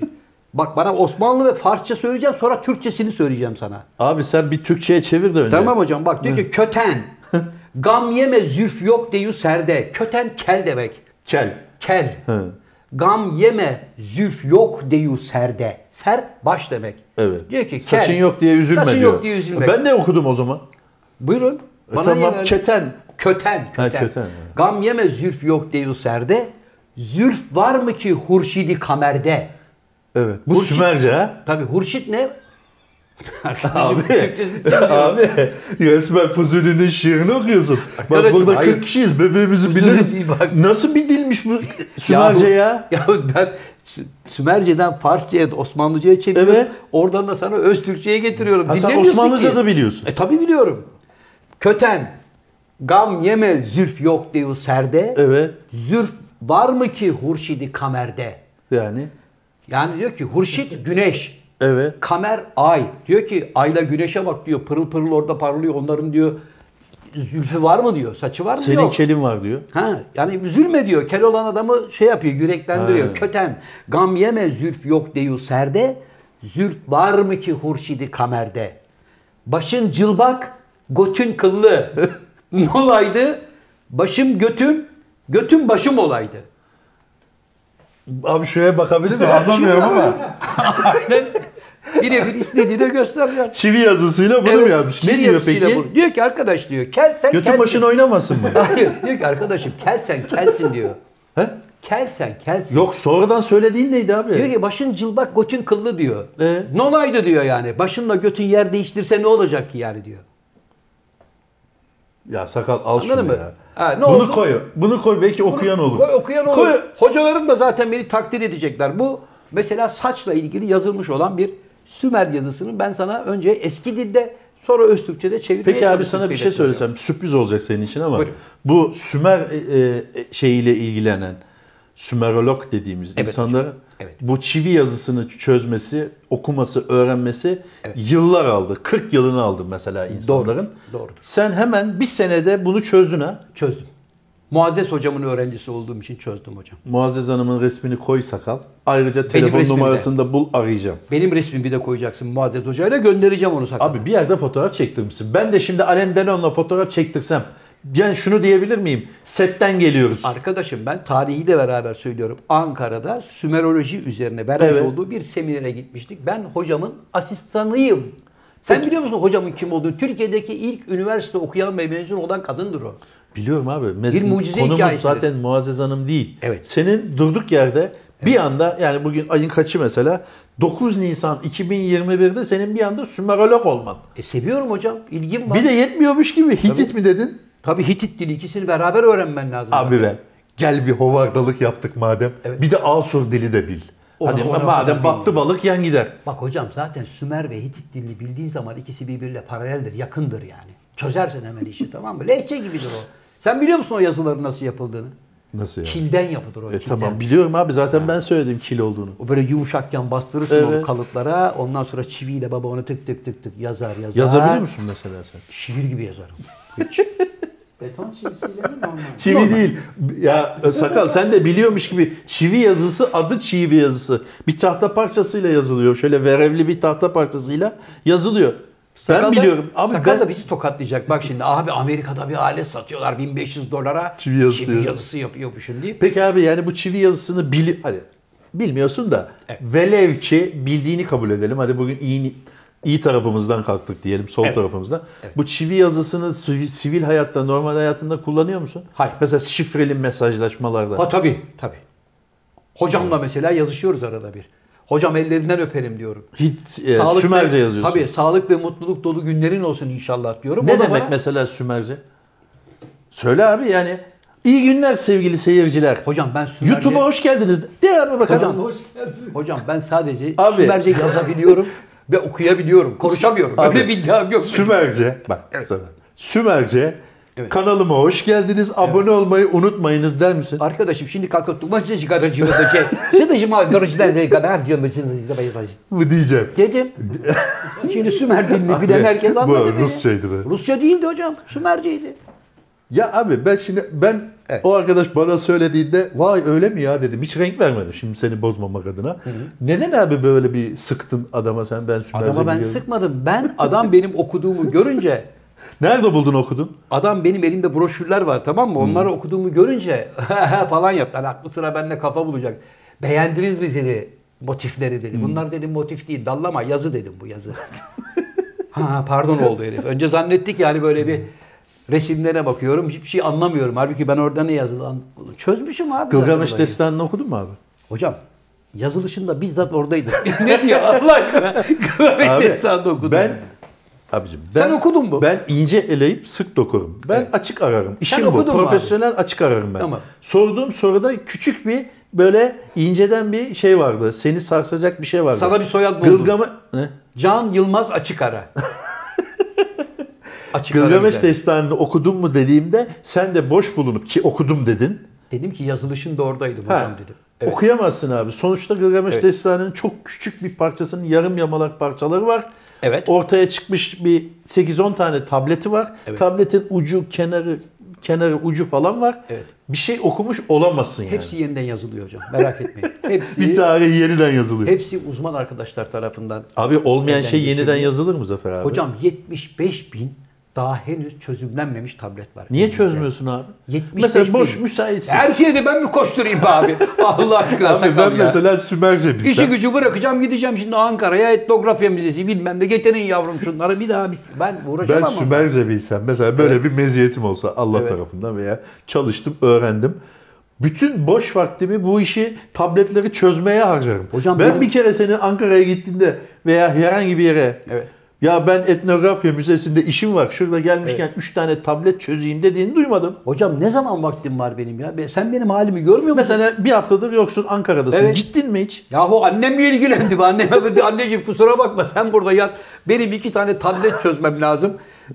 A: Bak bana Osmanlı ve Farsça söyleyeceğim sonra Türkçesini söyleyeceğim sana.
B: Abi sen bir Türkçe'ye çevir de önce.
A: Tamam hocam bak diyor ki
B: (laughs)
A: köten. Gam yeme zülf yok deyu serde. Köten kel demek.
B: Kel.
A: Kel.
B: Hı.
A: Gam yeme zülf yok deyu serde. Ser baş demek.
B: Evet.
A: Diyor ki kel.
B: Saçın yok diye üzülme
A: Saçın
B: diyor.
A: yok diye üzülme.
B: Ben de okudum o zaman.
A: Buyurun.
B: E
A: Bana niye
B: tamam
A: verdin?
B: çeten.
A: Köten.
B: Ha,
A: Köten.
B: köten, evet.
A: Gam yeme zülf yok deyu serde. Zülf var mı ki hurşidi kamerde?
B: Evet. Bu
A: Burçin-
B: Sümerce ha.
A: Tabi hurşit
B: (laughs)
A: ne? Arkadaşım
B: Abi,
A: Türkçesini söylüyor.
B: abi resmen Fuzuli'nin şiirini okuyorsun. Bak
A: Arkadaşım,
B: burada
A: hayır.
B: 40 kişiyiz bebeğimizi
A: iyi
B: biliriz.
A: bak.
B: Nasıl bir dilmiş bu
A: (laughs)
B: Sümerce ya?
A: Ya ben Sü- Sümerce'den Farsça'ya, Osmanlıca'ya çeviriyorum.
B: Evet.
A: Oradan da sana öz Türkçe'ye getiriyorum.
B: Ha, sen
A: Dinlemiyorsun
B: Osmanlıca
A: ki.
B: da biliyorsun.
A: E tabi biliyorum. Köten, gam yeme zülf yok diyor serde.
B: Evet.
A: Zülf var mı ki hurşidi kamerde?
B: Yani
A: Yani diyor ki hurşit güneş.
B: evet.
A: Kamer ay. Diyor ki ayla güneşe bak diyor. Pırıl pırıl orada parlıyor. Onların diyor zülfü var mı diyor. Saçı var mı
B: Senin
A: yok.
B: kelin var diyor.
A: Ha, yani üzülme diyor. Kel olan adamı şey yapıyor, yüreklendiriyor.
B: Ha.
A: Köten, gam yeme zülf yok diyor serde. Zülf var mı ki hurşidi kamerde? Başın cılbak, götün kıllı. (laughs) ne olaydı? Başım götüm, götüm başım olaydı.
B: Abi şuraya bakabilir mi? Anlamıyorum ama.
A: Birebir istediğine göster ya.
B: (laughs) Çivi yazısıyla bunu mu
A: Evet,
B: yazmış?
A: bir
B: Ne diyor
A: yazısıyla
B: peki?
A: vur- Diyor ki arkadaş diyor, kel sen
B: Götün
A: kelsin.
B: başına oynamasın mı?
A: (laughs) Hayır, diyor ki arkadaşım kel sen kelsin diyor.
B: He?
A: Kel sen kelsin.
B: Yok sonradan söylediğin neydi abi?
A: Diyor ki başın cılbak götün kıllı diyor.
B: Ee?
A: Ne olaydı diyor yani. Başınla götün yer değiştirse ne olacak ki yani diyor.
B: Ya sakal al
A: Anladın
B: şunu
A: mı?
B: ya.
A: Ha, ne
B: bunu
A: oldu?
B: koy. Bunu koy belki okuyan olur.
A: Koy, okuyan olur.
B: Koy.
A: Hocalarım da zaten beni takdir edecekler. Bu mesela saçla ilgili yazılmış olan bir Sümer yazısını ben sana önce eski dilde sonra öz Türkçe'de çevirmeye
B: Peki abi
A: çalıştım
B: sana bir şey
A: kıymetli hocam.
B: söylesem sürpriz olacak senin için ama
A: Buyurun.
B: bu Sümer e, e, şeyiyle ilgilenen Sümerolog dediğimiz
A: Evet
B: insanlar
A: Evet.
B: bu çivi yazısını çözmesi, okuması, öğrenmesi yıllar aldı. 40 yılını aldı mesela insanların.
A: doğrudur.
B: Sen hemen bir senede bunu çözdün ha.
A: Çözdüm. Muazzez hocamın öğrencisi olduğum için çözdüm hocam.
B: Muazzez Hanım'ın resmini koy sakal. Ayrıca telefon
A: resmimi de.
B: numarasını da bul arayacağım.
A: Benim resmimi de koyacaksın Muazzez hocayla göndereceğim onu sakın.
B: Abi bir yerde fotoğraf çektirmişsin. Ben de şimdi Alen Delon'la fotoğraf çektirsem yani şunu diyebilir miyim? Setten geliyoruz.
A: Arkadaşım ben tarihi de beraber söylüyorum. Ankara'da Sümeroloji üzerine vermiş
B: Evet.
A: olduğu bir seminere gitmiştik. Ben hocamın asistanıyım. Sen biliyor musun hocamın kim olduğunu? Türkiye'deki ilk üniversite okuyan ve mezun olan kadındır o.
B: Biliyorum abi. Mes-
A: Bir mucize
B: konumuz
A: hikayesidir.
B: zaten Muazzez Hanım değil.
A: Evet.
B: Senin durduk yerde bir anda yani bugün ayın kaçı mesela 9 Nisan 2021'de senin bir anda Sümerolog olman.
A: E seviyorum hocam. ilgim var.
B: Bir de yetmiyormuş gibi Hitit mi dedin?
A: Tabii Hitit dili ikisini beraber öğrenmen lazım.
B: Abi be gel bir hovardalık yaptık madem. Bir de Asur dili de bil.
A: Ona-
B: Hadi
A: ona
B: madem
A: kadar
B: battı balık yan gider.
A: Bak hocam zaten Sümer ve Hitit dilini bildiğin zaman ikisi birbiriyle paraleldir, yakındır yani. Çözersin hemen işi tamam mı? Lehçe gibidir o. Sen biliyor musun o yazıların nasıl yapıldığını?
B: Nasıl yani?
A: Kilden yapılır o
B: E,
A: kilden.
B: tamam biliyorum abi zaten ben söyledim kil olduğunu.
A: O böyle yumuşakken bastırırsın
B: Evet.
A: o kalıplara. Ondan sonra çiviyle baba onu tık tık tık tık yazar yazar.
B: Yazabiliyor musun mesela sen?
A: Şiir gibi yazarım.
E: Beton çivisiyle mi
A: (laughs)
E: normal?
B: Çivi değil. Ya e, sakal sen de biliyormuş gibi çivi yazısı adı çivi yazısı. Bir tahta parçasıyla yazılıyor. Şöyle verevli bir tahta parçasıyla yazılıyor. ben
A: Sakal da-
B: biliyorum. Abi
A: Sakal
B: ben-
A: da bizi tokatlayacak. Bak şimdi abi Amerika'da bir alet satıyorlar 1500 dolara.
B: Çivi yazısı
A: Çivi
B: yazıyor.
A: yazısı yapıyormuşum deyip.
B: Peki abi yani bu çivi yazısını bili... Hadi bilmiyorsun da velev ki bildiğini kabul edelim. Hadi bugün iyi iyi tarafımızdan kalktık diyelim sol tarafımızdan. Bu çivi yazısını sivi- sivil hayatta normal hayatında kullanıyor musun?
A: Hayır.
B: Mesela şifreli mesajlaşmalarda.
A: Ha tabii tabii. Hocamla mesela yazışıyoruz arada bir. Hocam ellerinden öperim diyorum.
B: Hit, e,
A: Sağlık
B: Sümerce
A: ve-
B: yazıyorsun.
A: Tabii sağlık ve mutluluk dolu günlerin olsun inşallah diyorum. O
B: Ne
A: da
B: demek
A: bana,
B: mesela Sümerce? Söyle abi yani. İyi günler sevgili seyirciler.
A: Hocam ben Sümerce...
B: YouTube'a hoş geldiniz. De abi bakalım.
A: Hocam,
E: Hoş geldin.
A: Hocam ben sadece
B: Abi.
A: Sümerce yazabiliyorum ve okuyabiliyorum. Konuşamıyorum.
B: Abi,
A: Öyle bir iddiam yok.
B: Sümerce. Bak. sana. Sümerce.
A: Evet.
B: Kanalıma hoş geldiniz. Abone olmayı unutmayınız der misin?
A: Arkadaşım şimdi kalkıp durmacı çıkaracağımı da şey. Sıdıcıma görücüden de kadar diyormuşsunuz izlemeyi
B: Bu diyeceğim.
A: Dedim. Şimdi Sümer dilini bilen herkes anladı
B: Bu
A: beni.
B: Rusçaydı be.
A: Rusça değildi hocam. Sümerceydi.
B: Ya abi ben şimdi ben
A: Evet.
B: o arkadaş bana söylediğinde vay öyle mi ya dedim. Hiç renk vermedim şimdi seni bozmamak adına. Neden abi böyle bir sıktın adama sen ben Sümerce
A: Adama ben
B: biliyorum.
A: sıkmadım. Ben adam benim okuduğumu görünce
B: Nerede buldun okudun?
A: Adam benim elimde broşürler var tamam mı? Onları okuduğumu görünce (laughs) falan yaptılar. Aklı sıra benimle kafa bulacak. Beğendiniz mi dedi motifleri dedi. Bunlar dedim motif değil dallama yazı dedim bu yazı. (laughs) ha pardon oldu herif. Önce zannettik yani böyle bir resimlere bakıyorum hiçbir şey anlamıyorum. Halbuki ben orada ne yazılan çözmüşüm abi. ben
B: Gılgameş
A: olayı.
B: Destanı'nı okudun mu abi?
A: Hocam yazılışında bizzat oradaydım. ne diyor Allah aşkına? Gılgameş Destanı okudum.
B: Ben abicim ben,
A: Sen okudun mu?
B: Ben ince eleyip sık dokurum. Ben açık ararım. İşim bu.
A: okudun mu abi?
B: Profesyonel açık ararım ben.
A: Tamam.
B: Sorduğum soruda küçük bir böyle inceden bir şey vardı. Seni sarsacak bir şey vardı.
A: Sana bir soyad buldum.
B: Gılgame ne?
A: Can Yılmaz açık
B: (laughs)
A: ara. açık ara
B: Gılgameş
A: güzel.
B: Destanı'nı okudun mu dediğimde sen de boş bulunup ki okudum dedin.
A: Dedim ki yazılışın da oradaydı
B: Ha,
A: hocam dedim. Evet.
B: Okuyamazsın abi. Sonuçta Gılgameş Destanı'nın çok küçük bir parçasının yarım yamalak parçaları var.
A: Evet.
B: Ortaya çıkmış bir 8-10 tane tableti var.
A: Evet.
B: Tabletin ucu, kenarı, kenarı ucu falan var.
A: Evet.
B: Bir şey okumuş olamazsın yani.
A: Hepsi yeniden yazılıyor hocam. Merak etmeyin. Hepsi,
B: (laughs) Bir tarihi yeniden yazılıyor.
A: hepsi uzman arkadaşlar tarafından.
B: Abi olmayan
A: Yeniden
B: şey yeniden
A: geçiriliyor.
B: yazılır mı Zafer abi?
A: Hocam 75 bin daha henüz çözümlenmemiş tablet var.
B: Niye
A: elimizde.
B: çözmüyorsun abi?
A: 75
B: Mesela boş
A: bin.
B: müsaitsin.
A: Her şeyi de ben mi koşturayım be
B: (laughs)
A: abi? Allah aşkına
B: Abi
A: sakal
B: ben
A: ya.
B: mesela Sümerce
A: İşi
B: bilsem.
A: gücü bırakacağım gideceğim şimdi Ankara'ya etnografya müzesi bilmem ne getirin yavrum şunları bir daha bir- ben uğraşamam.
B: Ben
A: ama.
B: Sümerce bilsem mesela böyle bir meziyetim olsa Allah tarafından veya çalıştım, öğrendim. Bütün boş vaktimi bu işi tabletleri çözmeye harcarım.
A: Hocam
B: ben
A: benim-
B: bir kere senin Ankara'ya gittiğinde veya herhangi bir yere
A: Evet.
B: ya ben etnografya müzesinde işim var şurada gelmişken 3 tane tablet çözeyim dediğini duymadım.
A: Hocam ne zaman vaktim var benim ya? Be- Sen benim halimi görmüyor musun?
B: Mesela bir haftadır yoksun Ankara'dasın.
A: Evet.
B: Gittin mi hiç?
A: Yahu annemle ilgilendi. Anneme dedi anneciğim kusura bakma sen burada yat. Benim iki tane tablet çözmem lazım.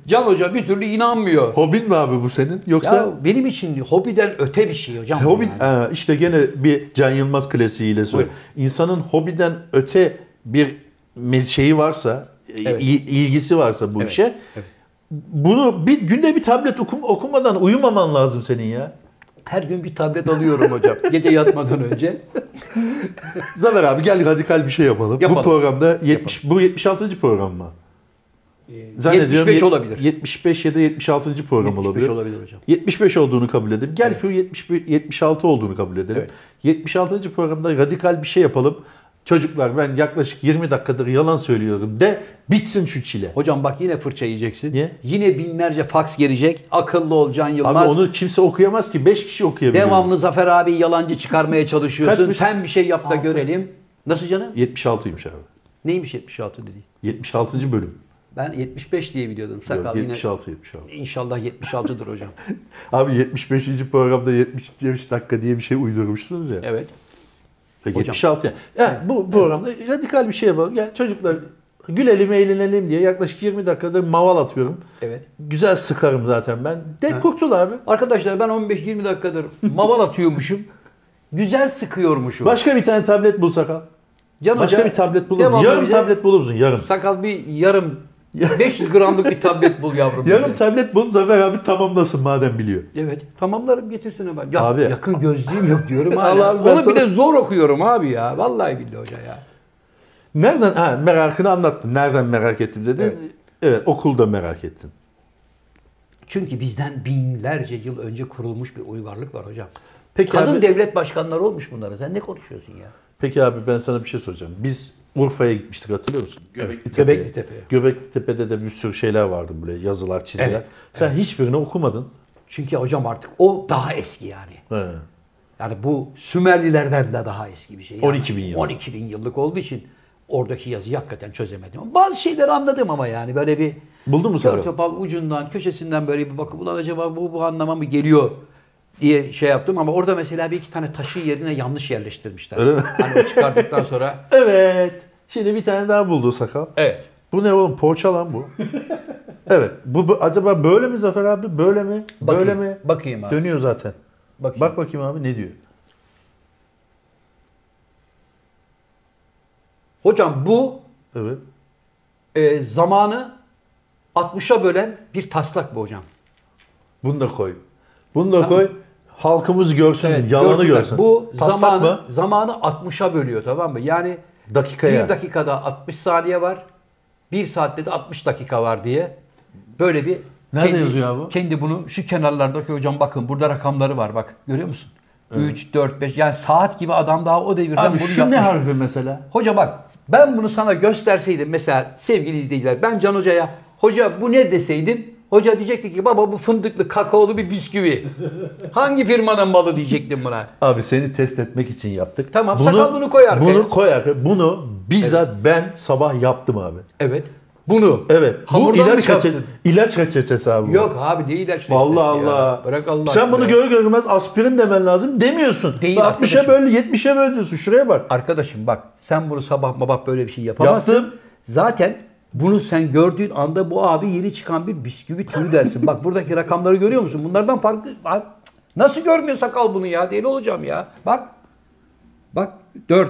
A: Can Hoca bir türlü inanmıyor.
B: Hobin mi abi bu senin?
A: Ya
B: Yoksa
A: benim için hobiden öte bir şey hocam. bu
B: Hobi
A: yani.
B: Ee, işte gene bir Can Yılmaz klasiğiyle söylüyor. İnsanın hobiden öte bir mez- şeyi varsa, i- il- ilgisi varsa bu işe bunu bir günde bir tablet okum, okumadan uyumaman lazım senin ya.
A: Her gün bir tablet alıyorum (laughs) hocam. Gece yatmadan önce.
B: Zafer abi gel radikal bir şey yapalım. Bu
A: Yapalım.
B: programda 70 bu 76. program mı?
E: Ee,
B: (laughs) Zannediyorum
A: 75
B: yet-
A: olabilir.
B: 75 ya da 76. program
A: 75
B: olabilir.
A: olabilir hocam.
B: 75 olduğunu kabul edelim. Gel şu 71 76 olduğunu kabul edelim.
A: Evet.
B: 76. programda radikal bir şey yapalım. Çocuklar ben yaklaşık 20 dakikadır yalan söylüyorum de bitsin şu çile.
A: Hocam bak yine fırça yiyeceksin.
B: Niye?
A: Yine binlerce faks gelecek. Akıllı ol Can
B: Abi
A: Yılmaz.
B: onu kimse okuyamaz ki 5 kişi okuyabiliyor.
A: Devamlı Zafer abi yalancı çıkarmaya çalışıyorsun.
B: Kaçmış?
A: Sen bir şey yap da görelim. Nasıl canım?
B: 76'ymış abi.
A: Neymiş 76 dediği?
B: 76. bölüm.
A: Ben 75 diye biliyordum.
B: Yok,
A: Sakal yine
B: 76 76.
A: İnşallah 76'dır hocam. (laughs)
B: Abi 75. programda 70 dakika diye bir şey uydurmuştunuz ya.
A: Evet.
B: Ya 76 yani. yani bu programda radikal bir şey yapalım. Yani çocuklar Gülelim, eğlenelim diye yaklaşık 20 dakikadır maval atıyorum.
A: Evet.
B: Güzel sıkarım zaten ben. De kurtul abi.
A: Arkadaşlar ben 15-20 dakikadır maval atıyormuşum. Güzel sıkıyormuşum.
B: Başka bir tane tablet bul sakal.
A: Can
B: Başka
A: Hoca
B: bir tablet bulur.
A: devamlı
B: Yarım
A: bize-
B: tablet bulur musun? Yarım.
A: Sakal bir
B: (laughs)
A: yarım 500 gramlık bir tablet bul yavrum.
B: Yarım
A: bize.
B: tablet bul Zafer abi tamamlasın madem biliyor.
A: Evet. Tamamlarım getirsin hemen. Ya,
B: Abi.
A: yakın gözlüğüm yok
B: (laughs)
A: diyorum hala.
B: Allah abi, ben
A: Onu
B: sana-
A: bir de zor okuyorum abi ya. Vallahi billahi hoca ya.
B: Nereden? Ha, merakını anlattın. Nereden merak ettim dedin. Evet.
A: Evet.
B: okulda merak ettim.
A: Çünkü bizden binlerce yıl önce kurulmuş bir uygarlık var hocam.
B: Peki
A: Kadın
B: abi-
A: devlet başkanları olmuş bunlara. Sen ne konuşuyorsun ya?
B: Peki abi ben sana bir şey soracağım. Biz Urfa'ya gitmiştik hatırlıyor musun? Göbekli
A: Göbekli Tepe'ye.
B: Göbekli Tepe'de de bir sürü şeyler vardı böyle yazılar, çiziler. Sen hiçbirini okumadın.
A: Çünkü hocam artık o daha eski yani.
B: He.
A: Yani bu Sümerlilerden de daha eski bir şey. Yani
B: 12 bin yıllık.
A: 12 bin yıllık olduğu için oradaki yazıyı hakikaten çözemedim. Bazı şeyleri anladım ama yani böyle bir
B: Buldun mu
A: kör
B: sonra?
A: topal ucundan, köşesinden böyle bir bakıp ulan acaba bu, bu anlama mı geliyor diye şey yaptım ama orada mesela bir iki tane taşı yerine yanlış yerleştirmişler.
B: Öyle mi?
A: (laughs) Hani o çıkardıktan sonra
B: Evet. Şimdi bir tane daha buldu sakal.
A: evet.
B: Bu ne oğlum? Poğaça
A: (laughs)
B: lan bu. evet. Bu, bu- acaba böyle mi Zafer abi? Böyle mi?
A: Bakayım,
B: Böyle mi?
A: bakayım abi.
B: Dönüyor zaten.
A: Bakayım.
B: Bak bakayım abi ne diyor?
A: Hocam bu
B: Evet.
A: e, zamanı 60'a bölen bir taslak bu hocam.
B: Bunu da koy. Bunu da koy. Halkımız görsün. yalanı
A: görsünler.
B: görsün.
A: Bu
B: Taslak
A: zamanı,
B: mı?
A: zamanı 60'a bölüyor tamam mı? Yani
B: Dakikaya.
A: bir dakikada 60 saniye var. Bir saatte de 60 dakika var diye. Böyle bir
B: Nerede yazıyor abi?
A: Kendi bunu şu kenarlardaki hocam bakın burada rakamları var bak görüyor musun? 3, 4, 5 yani saat gibi adam daha o devirden
B: Abi
A: bunu
B: şu
A: yapmış.
B: ne harfi mesela?
A: Hoca bak ben bunu sana gösterseydim mesela sevgili izleyiciler ben Can Hoca'ya hoca bu ne deseydim hoca diyecekti ki baba bu fındıklı kakaolu bir
B: (laughs)
A: bisküvi. Hangi firmanın malı diyecektim buna.
B: Abi seni test etmek için yaptık.
A: Tamam, sakal bunu koy arkaya.
B: Bunu koy arkaya. Bunu bizzat ben sabah yaptım abi.
A: Evet. Bunu.
B: Evet. bu
A: Hamurdan
B: ilaç,
A: mı
B: reçe-
A: yaptın?
B: ilaç reçetesi abi. bu.
A: Yok abi ne ilaç reçetesi
B: Vallahi
A: ya?
B: Allah.
A: Bırak Allah.
B: Sen bunu
A: aşkına.
B: görür görmez aspirin demen lazım demiyorsun.
A: Değil
B: 60'a
A: arkadaşım.
B: böl, 70'e böl diyorsun. Şuraya bak.
A: Arkadaşım bak sen bunu sabah mabah böyle bir şey yapamazsın.
B: Yaptım.
A: Zaten bunu sen gördüğün anda bu abi yeni çıkan bir bisküvi türü dersin. bak buradaki rakamları görüyor musun? Bunlardan farklı. Abi, Nasıl görmüyor sakal bunu ya? Deli olacağım ya. Bak. Bak 4.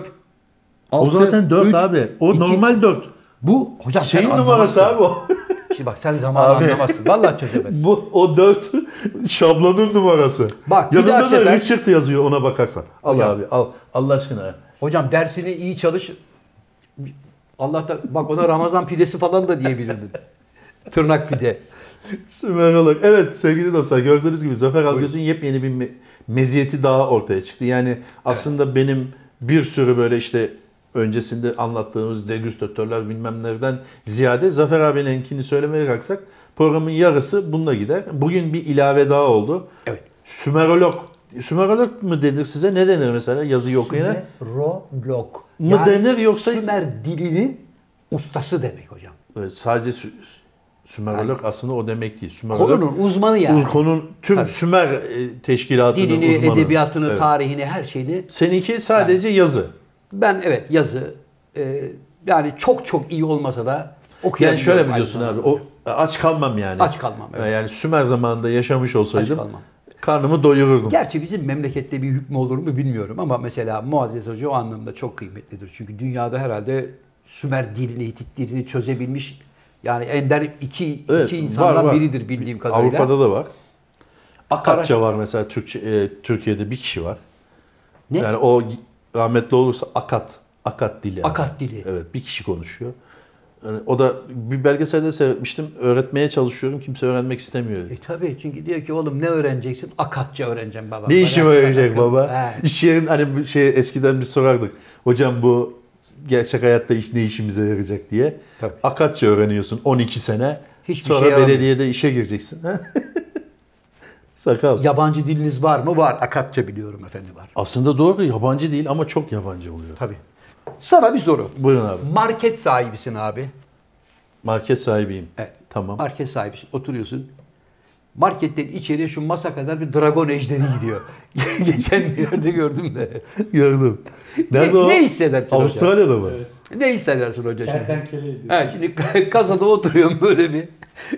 B: o zaten 4 abi. O normal 4.
A: Bu hocam sen
B: Şeyin numarası
A: anlamazsın.
B: abi o. (laughs)
A: Şimdi bak sen zamanı
B: Abi.
A: anlamazsın. Vallahi çözemezsin.
B: Bu o 4 (laughs) şablonun numarası.
A: Bak, bir
B: Yanında da
A: dahaki sefer-
B: Richard yazıyor ona bakarsan. Al
A: Hocam.
B: abi al. Allah aşkına.
A: Hocam dersini iyi çalış. Allah da bak ona Ramazan pidesi falan da diyebilirdin. Tırnak pide.
B: Süper olarak. Evet sevgili dostlar gördüğünüz gibi Zafer Algöz'ün yepyeni bir me- meziyeti daha ortaya çıktı. Yani aslında benim bir sürü böyle işte öncesinde anlattığımız degüstatörler bilmem nereden ziyade Zafer abininkini söylemeye kalksak programın yarısı bununla gider. Bugün bir ilave daha oldu.
A: Evet.
B: Sümerolog. Sümerolog mu denir size? Ne denir mesela yazıyı okuyana?
A: Sümerolog.
B: Mı denir yoksa-
A: Sümer dilinin ustası demek hocam.
B: Evet, Sadece sü- Sümerolog aslında o demek değil. Sümerolog
A: Konunun uzmanı yani.
B: uz- konunun tüm
A: Tabii.
B: Sümer e, teşkilatının
A: Dilini,
B: uzmanı.
A: edebiyatını,
B: Evet.
A: tarihini, her şeyini.
B: Seninki sadece yazı.
A: Ben evet yazı e, yani çok çok iyi olmasa da
B: Yani
A: okuyabiliyorum.
B: şöyle mi
A: aynı
B: diyorsun abi?
A: zamanda.
B: O aç kalmam yani.
A: Aç kalmam, evet.
B: Yani Sümer zamanında yaşamış
A: Aç
B: olsaydım
A: kalmam.
B: karnımı doyururdum.
A: Gerçi bizim memlekette bir hükmü olur mu bilmiyorum ama mesela Muazzez Hoca o anlamda çok kıymetlidir. Çünkü dünyada herhalde Sümer dilini, Hitit dilini çözebilmiş yani ender iki,
B: Evet,
A: iki
B: var,
A: insandan
B: var.
A: biridir bildiğim kadarıyla.
B: Avrupa'da da var.
A: Akara-
B: Akatça var mesela Türkçe e, Türkiye'de bir kişi var.
A: Ne?
B: Yani o rahmetli olursa Akat Akat dili.
A: Akat dili.
B: Evet bir kişi konuşuyor. Yani o da bir belgeselde seyretmiştim. Öğretmeye çalışıyorum. Kimse öğrenmek istemiyor.
A: E tabii çünkü diyor ki oğlum ne öğreneceksin? Akatça öğreneceğim baba.
B: Ne işime
A: Bana-
B: yarayacak
A: Akın-
B: baba?
A: He.
B: İş yerin hani bir şey eskiden biz sorardık. Hocam bu gerçek hayatta iş ne işimize yarayacak diye.
A: Tabii.
B: Akatça öğreniyorsun 12 sene.
A: Hiçbir
B: Sonra
A: şey yaramıyor.
B: belediyede işe gireceksin. (laughs) Sakal.
A: Yabancı diliniz var mı? Var. Akatça biliyorum efendim var.
B: Aslında doğru yabancı değil ama çok yabancı oluyor.
A: Tabii. Sana bir soru.
B: Buyurun abi.
A: Market sahibisin abi.
B: Market sahibiyim.
A: Evet.
B: Tamam.
A: Market sahibisin. Oturuyorsun. marketten içeriye şu masa kadar bir dragon ejderi gidiyor. (laughs) Geçen bir yerde gördüm de.
B: Gördüm.
A: ne,
B: Nerede o?
A: ne hissedersin hocam?
B: Avustralya'da mı?
A: Ne hissedersin hoca şimdi?
E: Kertenkeleydi.
A: Ha, şimdi kasada oturuyorum böyle bir.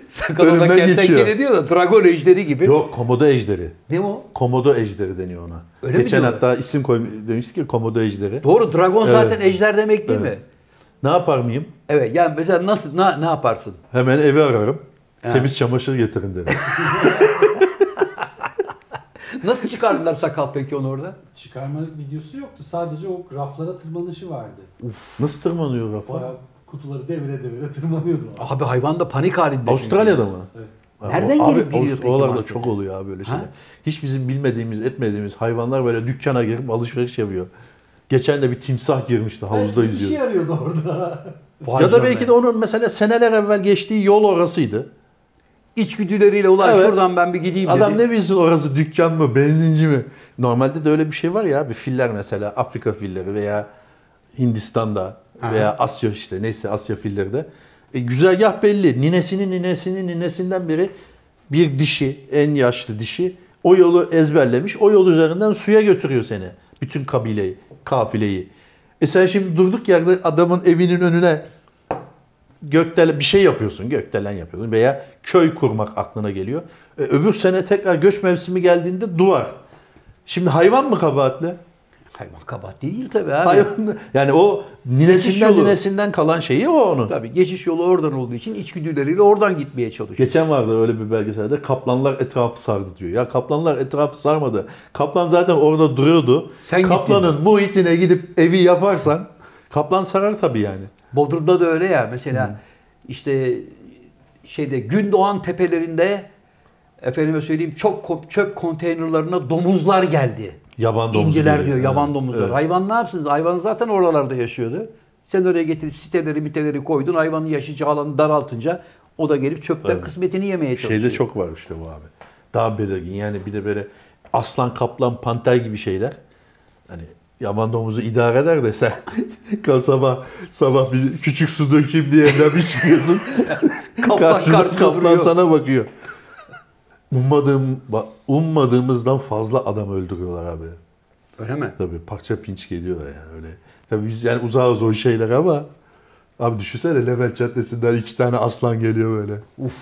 A: Sakalına
B: Önümden geçiyor.
A: kertenkele diyor da dragon ejderi gibi.
B: Yok komodo ejderi.
A: Ne o?
B: Komodo ejderi deniyor ona.
A: Öyle mi
B: Geçen
A: diyorlar?
B: hatta isim koymuş demiştik ki komodo ejderi.
A: Doğru dragon
B: Evet.
A: zaten ejder demek değil mi?
B: Ne yapar mıyım?
A: Evet yani mesela nasıl na- ne yaparsın?
B: Hemen evi ararım. Temiz çamaşır
A: (laughs)
B: getirin derim.
A: Nasıl çıkardılar sakal peki onu orada?
E: Çıkarma videosu yoktu. Sadece o raflara tırmanışı vardı.
B: Nasıl tırmanıyor rafa?
E: Bayağı kutuları devire devire tırmanıyordu. abi.
A: Abi hayvan da panik halinde. çünkü.
B: Avustralya'da mı?
E: Evet.
B: Abi,
A: Nereden
B: abi,
A: gelip giriyor
B: Avust-
A: peki
B: Oralarda
A: markete?
B: çok oluyor abi böyle
A: Ha?
B: şeyler. Hiç bizim bilmediğimiz, etmediğimiz hayvanlar böyle dükkana girip alışveriş yapıyor. Geçen de bir timsah girmişti havuzda
E: Belki Bir şey
B: yüzüyor.
E: arıyordu orada.
A: Vay
B: Ya da
A: canına.
B: belki de onun mesela seneler evvel geçtiği yol orasıydı.
A: içgüdüleriyle ulan
B: Evet.
A: şuradan ben bir gideyim dedi.
B: Adam ne bilsin orası dükkan mı, benzinci mi? Normalde de öyle bir şey var ya abi filler mesela Afrika filleri veya Hindistan'da veya Asya işte neyse Asya filleri de. E, güzergah belli. Ninesinin ninesinin ninesinden biri bir dişi, en yaşlı dişi o yolu ezberlemiş. O yol üzerinden suya götürüyor seni. Bütün kabileyi, kafileyi. E sen şimdi durduk yerde adamın evinin önüne gökdelen bir şey yapıyorsun, gökdelen yapıyorsun veya köy kurmak aklına geliyor. E, öbür sene tekrar göç mevsimi geldiğinde duvar. Şimdi hayvan mı kabahatli?
A: Hayvan kabahat değil tabii abi.
B: Hayvan yani o ninesinden
A: yolu.
B: ninesinden kalan şeyi o onun.
A: Tabii geçiş yolu oradan olduğu için içgüdüleriyle oradan gitmeye çalışıyor.
B: Geçen vardı öyle bir belgeselde kaplanlar etrafı sardı diyor. Ya kaplanlar etrafı sarmadı. Kaplan zaten orada duruyordu.
A: Sen gittin.
B: Kaplanın muhitine gidip evi yaparsan kaplan sarar tabii yani.
A: Bodrum'da da öyle ya mesela işte şeyde Gündoğan tepelerinde efendime söyleyeyim çok ko- çöp konteynerlarına domuzlar geldi.
B: Yaban domuzu.
A: İnciler diyor
B: geliyor.
A: yaban
B: Evet.
A: domuzlar.
B: Evet.
A: Hayvan ne yapsınız? Hayvan zaten oralarda yaşıyordu. Sen oraya getirip siteleri miteleri koydun. Hayvanın yaşayacağı alanı daraltınca o da gelip çöpten kısmetini yemeye çalışıyor.
B: Şeyde çok var işte bu abi. Daha belirgin yani bir de böyle aslan, kaplan, panter gibi şeyler. Hani yaban domuzu idare eder de sen (laughs) kal sabah sabah bir küçük su dökeyim diye evden bir çıkıyorsun.
A: Kaplan
B: Karşında
A: karşında
B: kaplan
A: duruyor.
B: sana bakıyor. Ummadığım, ba- ummadığımızdan fazla adam öldürüyorlar abi.
A: Öyle mi?
B: Tabii parça pinç geliyorlar yani öyle. Tabii biz yani uzağız o şeyler ama abi düşünsene Levent Caddesi'nden iki tane aslan geliyor böyle.
A: Uf.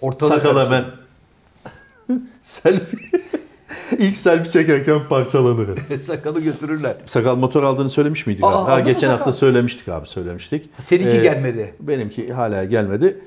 A: Ortalık
B: Sakal hemen. (laughs) selfie. (laughs) İlk selfie çekerken parçalanır.
A: (laughs) Sakalı götürürler.
B: Sakal motor aldığını söylemiş miydik
A: Aa,
B: abi? Ha,
A: aldın mı
B: geçen
A: sakal?
B: hafta söylemiştik abi söylemiştik.
A: Seninki
B: Ee,
A: gelmedi.
B: Benimki hala gelmedi.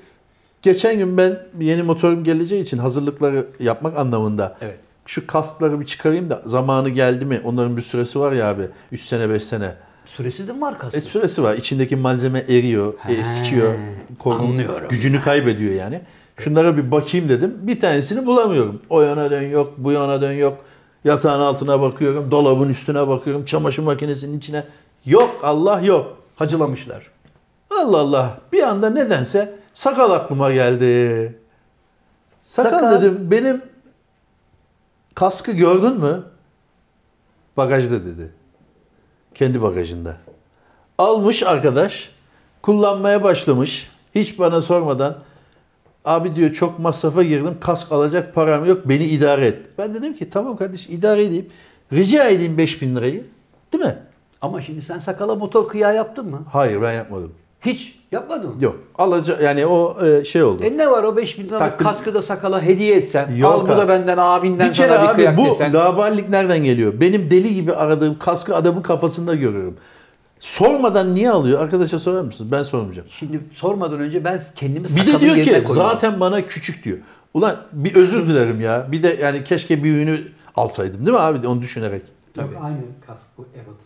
B: Geçen gün ben yeni motorum geleceği için hazırlıkları yapmak anlamında
A: Evet.
B: şu kaskları bir çıkarayım da zamanı geldi mi? Onların bir süresi var ya abi 3 sene 5 sene.
A: Süresi de mi var kaslı?
B: E, süresi var. İçindeki malzeme eriyor, e, eskiyor. korun-
A: anlıyorum.
B: Gücünü kaybediyor yani. Şunlara bir bakayım dedim. Bir tanesini bulamıyorum. O yana dön yok, bu yana dön yok. Yatağın altına bakıyorum, dolabın üstüne bakıyorum, çamaşır makinesinin içine. Yok Allah yok.
A: Hacılamışlar.
B: Allah Allah. Bir anda nedense sakal aklıma geldi. Sakal,
A: Sakal.
B: dedim benim kaskı gördün mü? Bagajda dedi. Kendi bagajında. Almış arkadaş. Kullanmaya başlamış. Hiç bana sormadan abi diyor çok masrafa girdim. Kask alacak param yok. Beni idare et. Ben dedim ki tamam kardeş idare edeyim. Rica edeyim 5000 lirayı. Değil mi?
A: Ama şimdi sen sakala motor kıya yaptın mı?
B: Hayır ben yapmadım.
A: Hiç yapmadın mı?
B: Yok. Alaca yani o e, şey oldu.
A: E ne var o 5000 lira
B: Takdim-
A: kaskı da sakala hediye etsen.
B: Yok
A: al bu
B: abi.
A: da benden abinden
B: bir kere
A: sana bir
B: abi
A: kıyak
B: bu
A: desen.
B: laballik nereden geliyor? Benim deli gibi aradığım kaskı adamın kafasında görüyorum. Sormadan niye alıyor? Arkadaşa sorar mısın? Ben sormayacağım.
A: Şimdi sormadan önce ben kendimi
B: Bir
A: sakalın
B: de diyor
A: yerine
B: ki
A: koydum.
B: zaten bana küçük diyor. Ulan bir özür dilerim ya. Bir de yani keşke büyüğünü alsaydım değil mi abi? Onu düşünerek.
A: Tabii.
E: Yok, aynı kask bu ebatımız.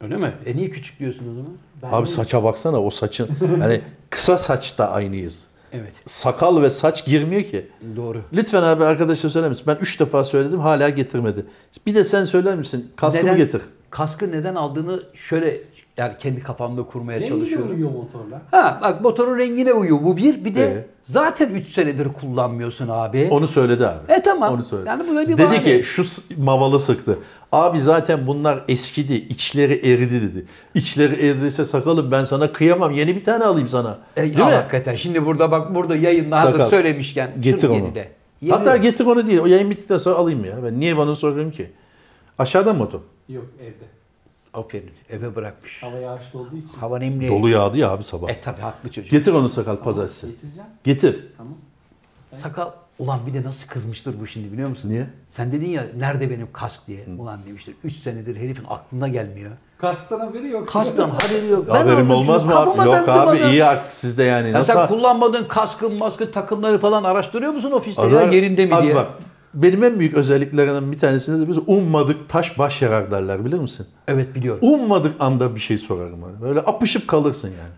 A: Öyle mi? E niye küçük diyorsun o zaman?
E: Ben
B: Abi
E: de-
B: saça baksana o saçın. Yani kısa saçta aynıyız.
A: Evet.
B: Sakal ve saç girmiyor ki.
A: Doğru.
B: Lütfen abi arkadaşa söyler misin? Ben 3 defa söyledim hala getirmedi. Bir de sen söyler misin? Kaskımı
A: Neden-
B: getir.
A: Kaskı neden aldığını şöyle yani kendi kafamda kurmaya
E: Rengi de
A: çalışıyorum.
E: uyuyor motorla.
A: Ha bak motorun rengine uyuyor bu bir. Bir de
B: Ee?
A: zaten 3 senedir kullanmıyorsun abi.
B: Onu söyledi abi.
A: E tamam.
B: Onu söyledi.
A: Yani buna bir
B: dedi
A: bahane.
B: ki şu s- mavalı sıktı. Abi zaten bunlar eskidi, içleri eridi dedi. İçleri eridiyse sakalım ben sana kıyamam. Yeni bir tane alayım sana.
A: E,
B: Değil
A: ya
B: mi?
A: Hakikaten şimdi burada bak burada yayında hazır
B: Sakal.
A: söylemişken.
B: Getir
A: şunu
B: onu.
A: Geride,
B: Hatta getir onu değil. O yayın bittikten sonra alayım ya. Ben niye bana soruyorum ki? Aşağıdan mı otom?
E: Yok evde.
A: Aferin eve bırakmış.
E: Hava yağışlı olduğu için
A: Hava nemli.
B: Dolu yağdı ya abi sabah.
A: E tabi haklı çocuk.
B: Getir onu sakal pazartesi.
E: getireceğim.
B: Getir.
E: Tamam.
A: Sakal ulan bir de nasıl kızmıştır bu şimdi biliyor musun?
B: Niye?
A: Sen dedin ya nerede benim kask diye. Ulan demiştir 3 senedir herifin aklına gelmiyor.
E: Kasktan haberi yok.
A: Kasktan haberi yok. Ben
B: Haberim
A: aldım
B: olmaz
A: şunu,
B: mı abi?
A: kafama
B: Yok
A: taktım
B: abi
A: adam.
B: iyi artık sizde yani.
A: Ya
B: Nasıl?
A: sen kullanmadığın kaskın, maskın, takımları falan araştırıyor musun ofiste
B: Adam-
A: ya yerinde mi
B: Abi
A: diye?
B: bak benim en büyük özelliklerinden bir tanesinde de biz ummadık taş baş yarar derler bilir misin?
A: Evet biliyorum.
B: Ummadık anda bir şey sorarım hani. Böyle apışıp kalırsın yani.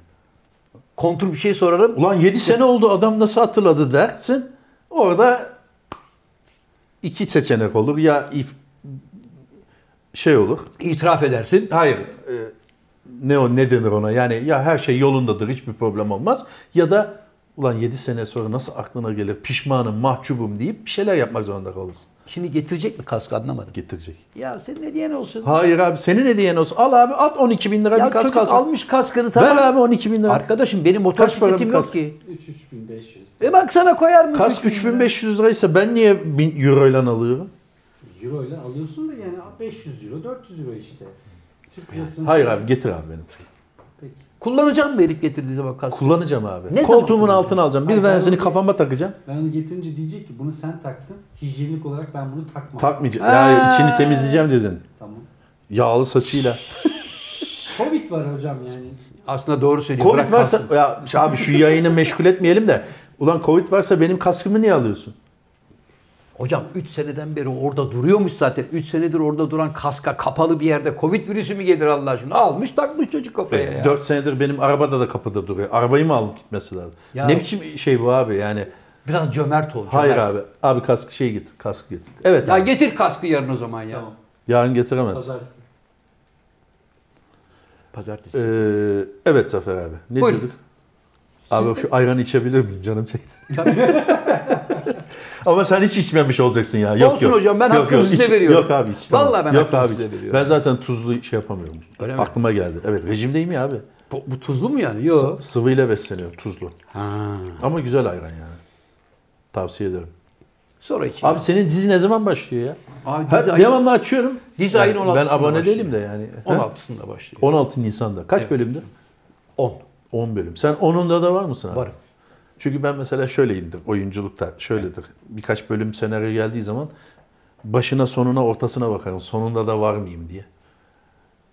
A: Kontur bir şey sorarım.
B: Ulan 7 sene oldu adam nasıl hatırladı dersin. Orada iki seçenek olur. Ya if, şey olur.
A: itiraf edersin.
B: Hayır. e, ne o ne denir ona? Yani ya her şey yolundadır hiçbir problem olmaz. Ya da ulan 7 sene sonra nasıl aklına gelir pişmanım mahcubum deyip bir şeyler yapmak zorunda kalırsın.
A: Şimdi getirecek mi kaskı anlamadım.
B: Getirecek.
A: Ya senin ne diyen olsun.
B: Hayır abi senin hediyen olsun. Al abi at 12 bin lira
A: ya
B: bir kas
A: çocuk
B: kalsın.
A: almış kaskını
B: Ver
A: tamam.
B: abi 12 bin lira.
A: Arkadaşım benim
B: Kaç para
A: motosikletim
B: bu
A: yok
B: kask?
A: ki.
E: 3 3500.
A: E bak sana koyar mı?
B: Kask 3500 liraysa ben niye 1000 euro ile alıyorum?
E: Euro ile alıyorsun da yani 500 euro 400 euro işte. Türk lirasını-
B: Hayır abi getir abi benim.
E: Peki.
A: Kullanacağım mı herif getirdiği zaman kaskı?
B: Kullanacağım abi.
A: Ne zaman
B: Koltuğumun
A: kullanacaksın?
B: altına alacağım. Bir
E: Hayır,
B: tanesini
E: ben-
B: kafama takacağım.
E: Ben onu getirince diyecek ki bunu sen taktın. Hijyenik olarak ben bunu takmam.
B: Takmayacağım.
A: Ha.
B: Yani içini temizleyeceğim dedin.
E: Tamam.
B: Yağlı saçıyla.
E: Covid var hocam yani.
A: Aslında doğru söylüyor.
B: Covid
A: bırak
B: varsa
A: kalsın.
B: ya şu- abi şu yayını meşgul etmeyelim de. Ulan Covid varsa benim kaskımı niye alıyorsun?
A: Hocam 3 seneden beri orada duruyormuş zaten. 3 senedir orada duran kaska kapalı bir yerde Covid virüsü mü gelir Allah aşkına? Almış takmış çocuk kafaya ya.
B: 4 senedir benim arabada da kapıda duruyor. Arabayı mı alıp gitmesi lazım?
A: Ya-
B: Ne biçim şey bu abi yani?
A: Biraz cömert ol.
B: Hayır
A: cömert.
B: abi. Abi kask şey git. Kask git. Evet.
A: Ya
B: abi.
A: getir kaskı yarın o zaman ya.
E: Tamam.
B: Yarın getiremez.
E: Pazarsın.
A: Pazartesi.
B: Ee, evet Zafer abi. Ne
A: Buyurun.
B: diyorduk? Abi şu ayranı içebilir miyim? Canım çekti.
A: (laughs)
B: Ama sen hiç içmemiş olacaksın ya. Yok,
A: Olsun
B: yok.
A: hocam, ben
B: yok,
A: hakkımı
B: yok,
A: size
B: iç-
A: veriyorum.
B: Yok abi hiç. Tamam.
A: Vallahi ben
B: yok
A: hakkımı
B: abi,
A: size
B: hiç.
A: veriyorum.
B: Ben zaten tuzlu şey yapamıyorum.
A: Öyle mi?
B: Aklıma geldi. Evet rejimdeyim ya abi.
A: Bu, bu tuzlu mu yani? Yok.
B: S- Sıvıyla besleniyorum tuzlu.
A: Ha.
B: Ama güzel ayran yani. Tavsiye ederim.
A: Sonra için.
B: Abi senin dizi ne zaman başlıyor ya?
A: Abi
B: Ha,
A: dizi ayın-
B: devamlı açıyorum.
A: Dizi
B: Yani
A: ayın 16'sında
B: Ben abone
A: başlıyor.
B: değilim de yani. Ha?
A: 16'sında başlıyor.
B: 16 Nisan'da. Kaç bölümde?
A: 10.
B: 10 bölüm. Sen 10'unda da var mısın abi?
A: Varım.
B: Çünkü ben mesela şöyleyimdir oyunculukta. Şöyledir. Birkaç bölüm senaryo geldiği zaman başına sonuna ortasına bakarım. Sonunda da var mıyım diye.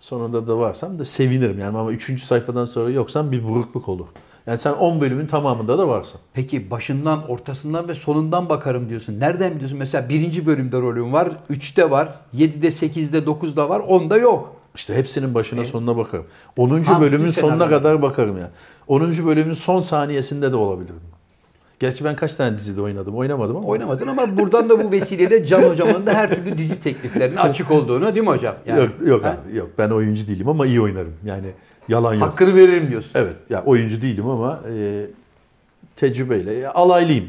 B: Sonunda da varsam da sevinirim. Yani ama 3. sayfadan sonra yoksam bir burukluk olur. Yani sen 10 bölümün tamamında da varsın.
A: Peki başından, ortasından ve sonundan bakarım diyorsun. Nereden biliyorsun? Mesela birinci bölümde rolüm var, üçte var, yedide, sekizde, dokuzda var, onda yok.
B: İşte hepsinin başına sonuna bakarım. 10.
A: Ha,
B: bölümün
A: bütün
B: sonuna
A: senaryo.
B: kadar bakarım ya. 10. bölümün son saniyesinde de olabilirim. Gerçi ben kaç tane dizide oynadım? Oynamadım ama.
A: Oynamadın ama buradan da bu vesileyle Can Hocam'ın da her türlü dizi tekliflerine açık olduğunu değil mi hocam? Yani
B: yok yok
A: ha?
B: abi, yok. Ben oyuncu değilim ama iyi oynarım. Yani yalan yok.
A: Hakkını veririm diyorsun.
B: Evet, ya oyuncu değilim ama e, tecrübeyle ya alaylıyım.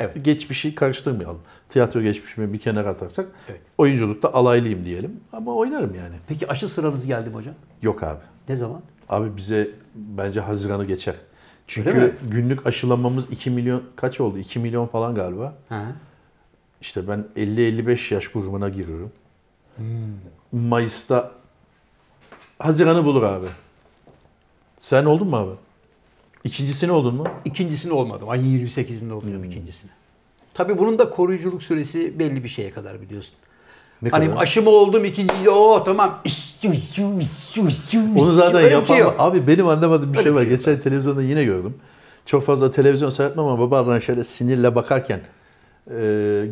A: Evet.
B: Geçmişi karıştırmayalım. Tiyatro geçmişimi bir kenara atarsak
A: Evet.
B: oyunculukta alaylıyım diyelim ama oynarım yani.
A: Peki aşı sıranız geldi mi hocam?
B: Yok abi.
A: Ne zaman?
B: Abi bize bence Haziran'ı geçer.
A: Öyle mi?
B: Çünkü günlük aşılamamız 2 milyon kaç oldu? 2 milyon falan galiba. İşte ben 50-55 yaş grubuna giriyorum.
A: Hmm.
B: Mayıs'ta Haziran'ı bulur abi. Sen oldun mu abi? İkincisini oldun mu?
A: İkincisini olmadım. Ayın 28'inde olacağım ikincisini. Tabii bunun da koruyuculuk süresi belli bir şeye kadar biliyorsun.
B: Ne
A: hani
B: kadar?
A: aşımı oldum ikinciyi o tamam. (laughs)
B: Onu zaten
A: Öyle bir şey
B: yapamam.
A: yok.
B: Abi benim anlamadığım bir şey var. Geçen televizyonda yine gördüm. Çok fazla televizyon seyretmem ama bazen şöyle sinirle bakarken e,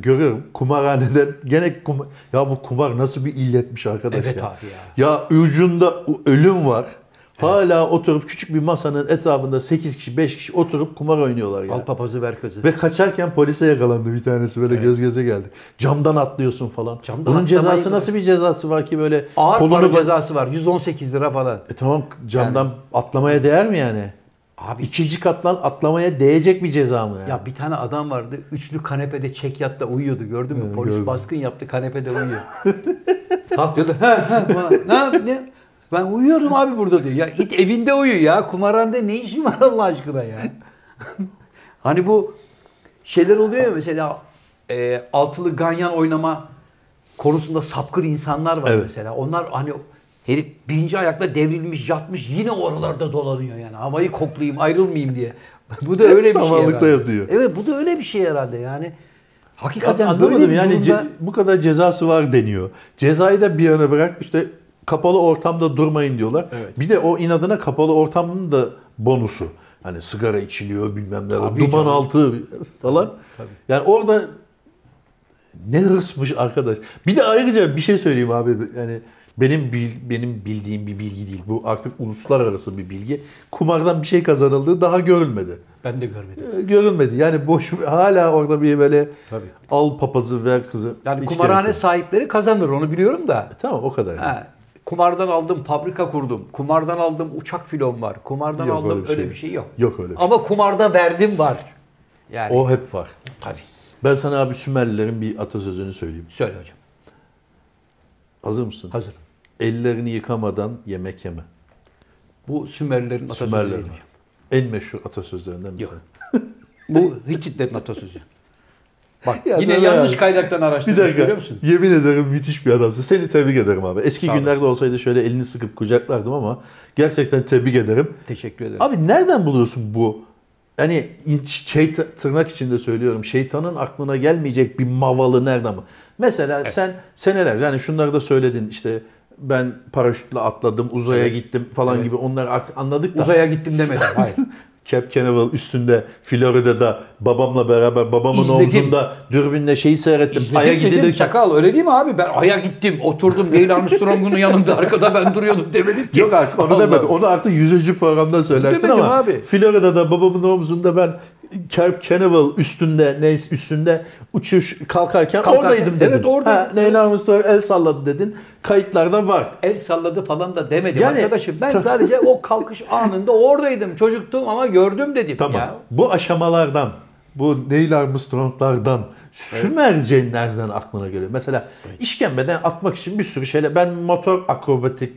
B: görüyorum kumarhaneden gene kumar. Ya bu kumar nasıl bir illetmiş arkadaş
A: Evet
B: ya.
A: abi
B: Ya ucunda ölüm var. Hala oturup küçük bir masanın etrafında 8 kişi 5 kişi oturup kumar oynuyorlar ya.
A: Al papazı ver kızı.
B: Ve kaçarken polise yakalandı bir tanesi böyle göz göze geldi. Camdan atlıyorsun falan.
A: Camdan
B: Bunun
A: atlamayı-
B: cezası nasıl bir cezası var ki böyle
A: Ağır para
B: kolunu
A: cezası var. 118 lira falan.
B: e tamam camdan atlamaya değer mi yani?
A: Abi
B: İkinci kattan atlamaya değecek bir ceza mı yani?
A: ya bir tane adam vardı. Üçlü kanepede çekyatta uyuyordu gördün mü? Polis
B: Ee, gördüm.
A: baskın yaptı kanepede uyuyor. (laughs) Kalk diyordu. "He, he," falan. ne yap- ne? Ben uyuyorum abi burada diyor. Ya it evinde uyu ya. Kumarhanede ne (laughs) işin var Allah aşkına ya. hani bu şeyler oluyor ya mesela e, altılı ganyan oynama konusunda sapkın insanlar var
B: Evet.
A: mesela. Onlar hani herif birinci ayakla devrilmiş, yatmış yine oralarda dolanıyor yani. Havayı koklayayım, ayrılmayayım diye. (laughs) bu da öyle bir şey
B: Samanlıkta
A: herhalde.
B: yatıyor.
A: Evet bu da öyle bir şey herhalde yani. Hakikaten
B: Anlamadım
A: böyle bir
B: yani
A: durumda...
B: ce- bu kadar cezası var deniyor. Cezayı da bir yana bırak işte kapalı ortamda durmayın diyorlar.
A: Evet.
B: Bir de o inadına kapalı ortamın da bonusu. Hani sigara içiliyor bilmem ne var.
A: Tabii
B: Duman
A: canım.
B: altı falan. Yani orada ne hırsmış arkadaş. Bir de ayrıca bir şey söyleyeyim abi. Yani benim bil- benim bildiğim bir bilgi değil. Bu artık uluslararası bir bilgi. Kumardan bir şey kazanıldığı daha görülmedi
A: Ben de görmedim.
B: Ee, görülmedi. Yani boş (laughs) hala orada bir böyle
A: Tabii.
B: al papazı ver kızı.
A: Yani
B: Hiç
A: kumarhane
B: gerek yok.
A: sahipleri kazanır onu biliyorum da.
B: Tamam o kadar.
A: Ha, kumardan aldım fabrika kurdum. Kumardan aldım uçak filon var. Kumardan
B: Yok,
A: aldım
B: öyle
A: öyle
B: bir
A: bir,
B: şey.
A: şey yok.
B: Yok öyle bir şey.
A: Ama kumarda verdim var. Yani
B: O hep var.
A: tabii.
B: Ben sana abi Sümerlilerin bir atasözünü söyleyeyim.
A: Söyle hocam.
B: Hazır mısın?
A: Hazırım.
B: Ellerini yıkamadan yemek yeme.
A: Bu Sümerlilerin atasözü değil
B: Sümerlerin.
A: hocam.
B: En meşhur atasözlerinden bir
A: Yok.
B: tanesi.
A: Bu Hititlerin atasözü. Bak
B: (laughs) Ya
A: yine
B: sen
A: yanlış
B: abi.
A: kaynaktan
B: Bir
A: araştırmış
B: dakika.
A: görüyor musun?
B: Yemin ederim müthiş bir adamsın. Seni tebrik ederim abi. Eski
A: Sağ olasın.
B: günlerde olsaydı şöyle elini sıkıp kucaklardım ama gerçekten tebrik ederim.
A: Teşekkür ederim.
B: Abi nereden buluyorsun bu? Hani in- şey tırnak içinde söylüyorum. Şeytanın aklına gelmeyecek bir mavalı nereden bu? Mesela sen senelerce hani şunları da söyledin işte ben paraşütle atladım, uzaya gittim falan gibi onları artık anladık da.
A: Uzaya gittim demedim. Hayır.
B: (laughs) Cap Canaveral üstünde Florida'da babamla beraber babamın
A: İzledim.
B: omzunda dürbünle şeyi seyrettim.
A: İzledim
B: Ay'a
A: dedim,
B: gidilirken.
A: Çakal öyle değil mi abi? Ben Ay'a gittim, oturdum. Neil Armstrong'un yanında arkada ben duruyordum demedim ki.
B: Yok artık onu
A: Allah
B: demedim. Onu artık 100. programda söylersin
A: Demedim
B: ama
A: abi.
B: Florida'da babamın omzunda ben Kerb Canaveral üstünde neyse üstünde uçuş kalkarken,
A: Kalkarken,
B: oradaydım dedin.
A: evet, oradaydım.
B: Ha, Neil Armstrong el salladı dedin. Kayıtlarda var.
A: el salladı falan da demedim
B: Yani-
A: arkadaşım. Ben sadece o kalkış anında oradaydım. Çocuktum ama gördüm dedim
B: Tamam.
A: ya.
B: Bu aşamalardan, bu Neil Armstrong'lardan, Sümerce nereden aklına geliyor? Mesela işkembeden atmak için bir sürü şeyler. Ben motor akrobatik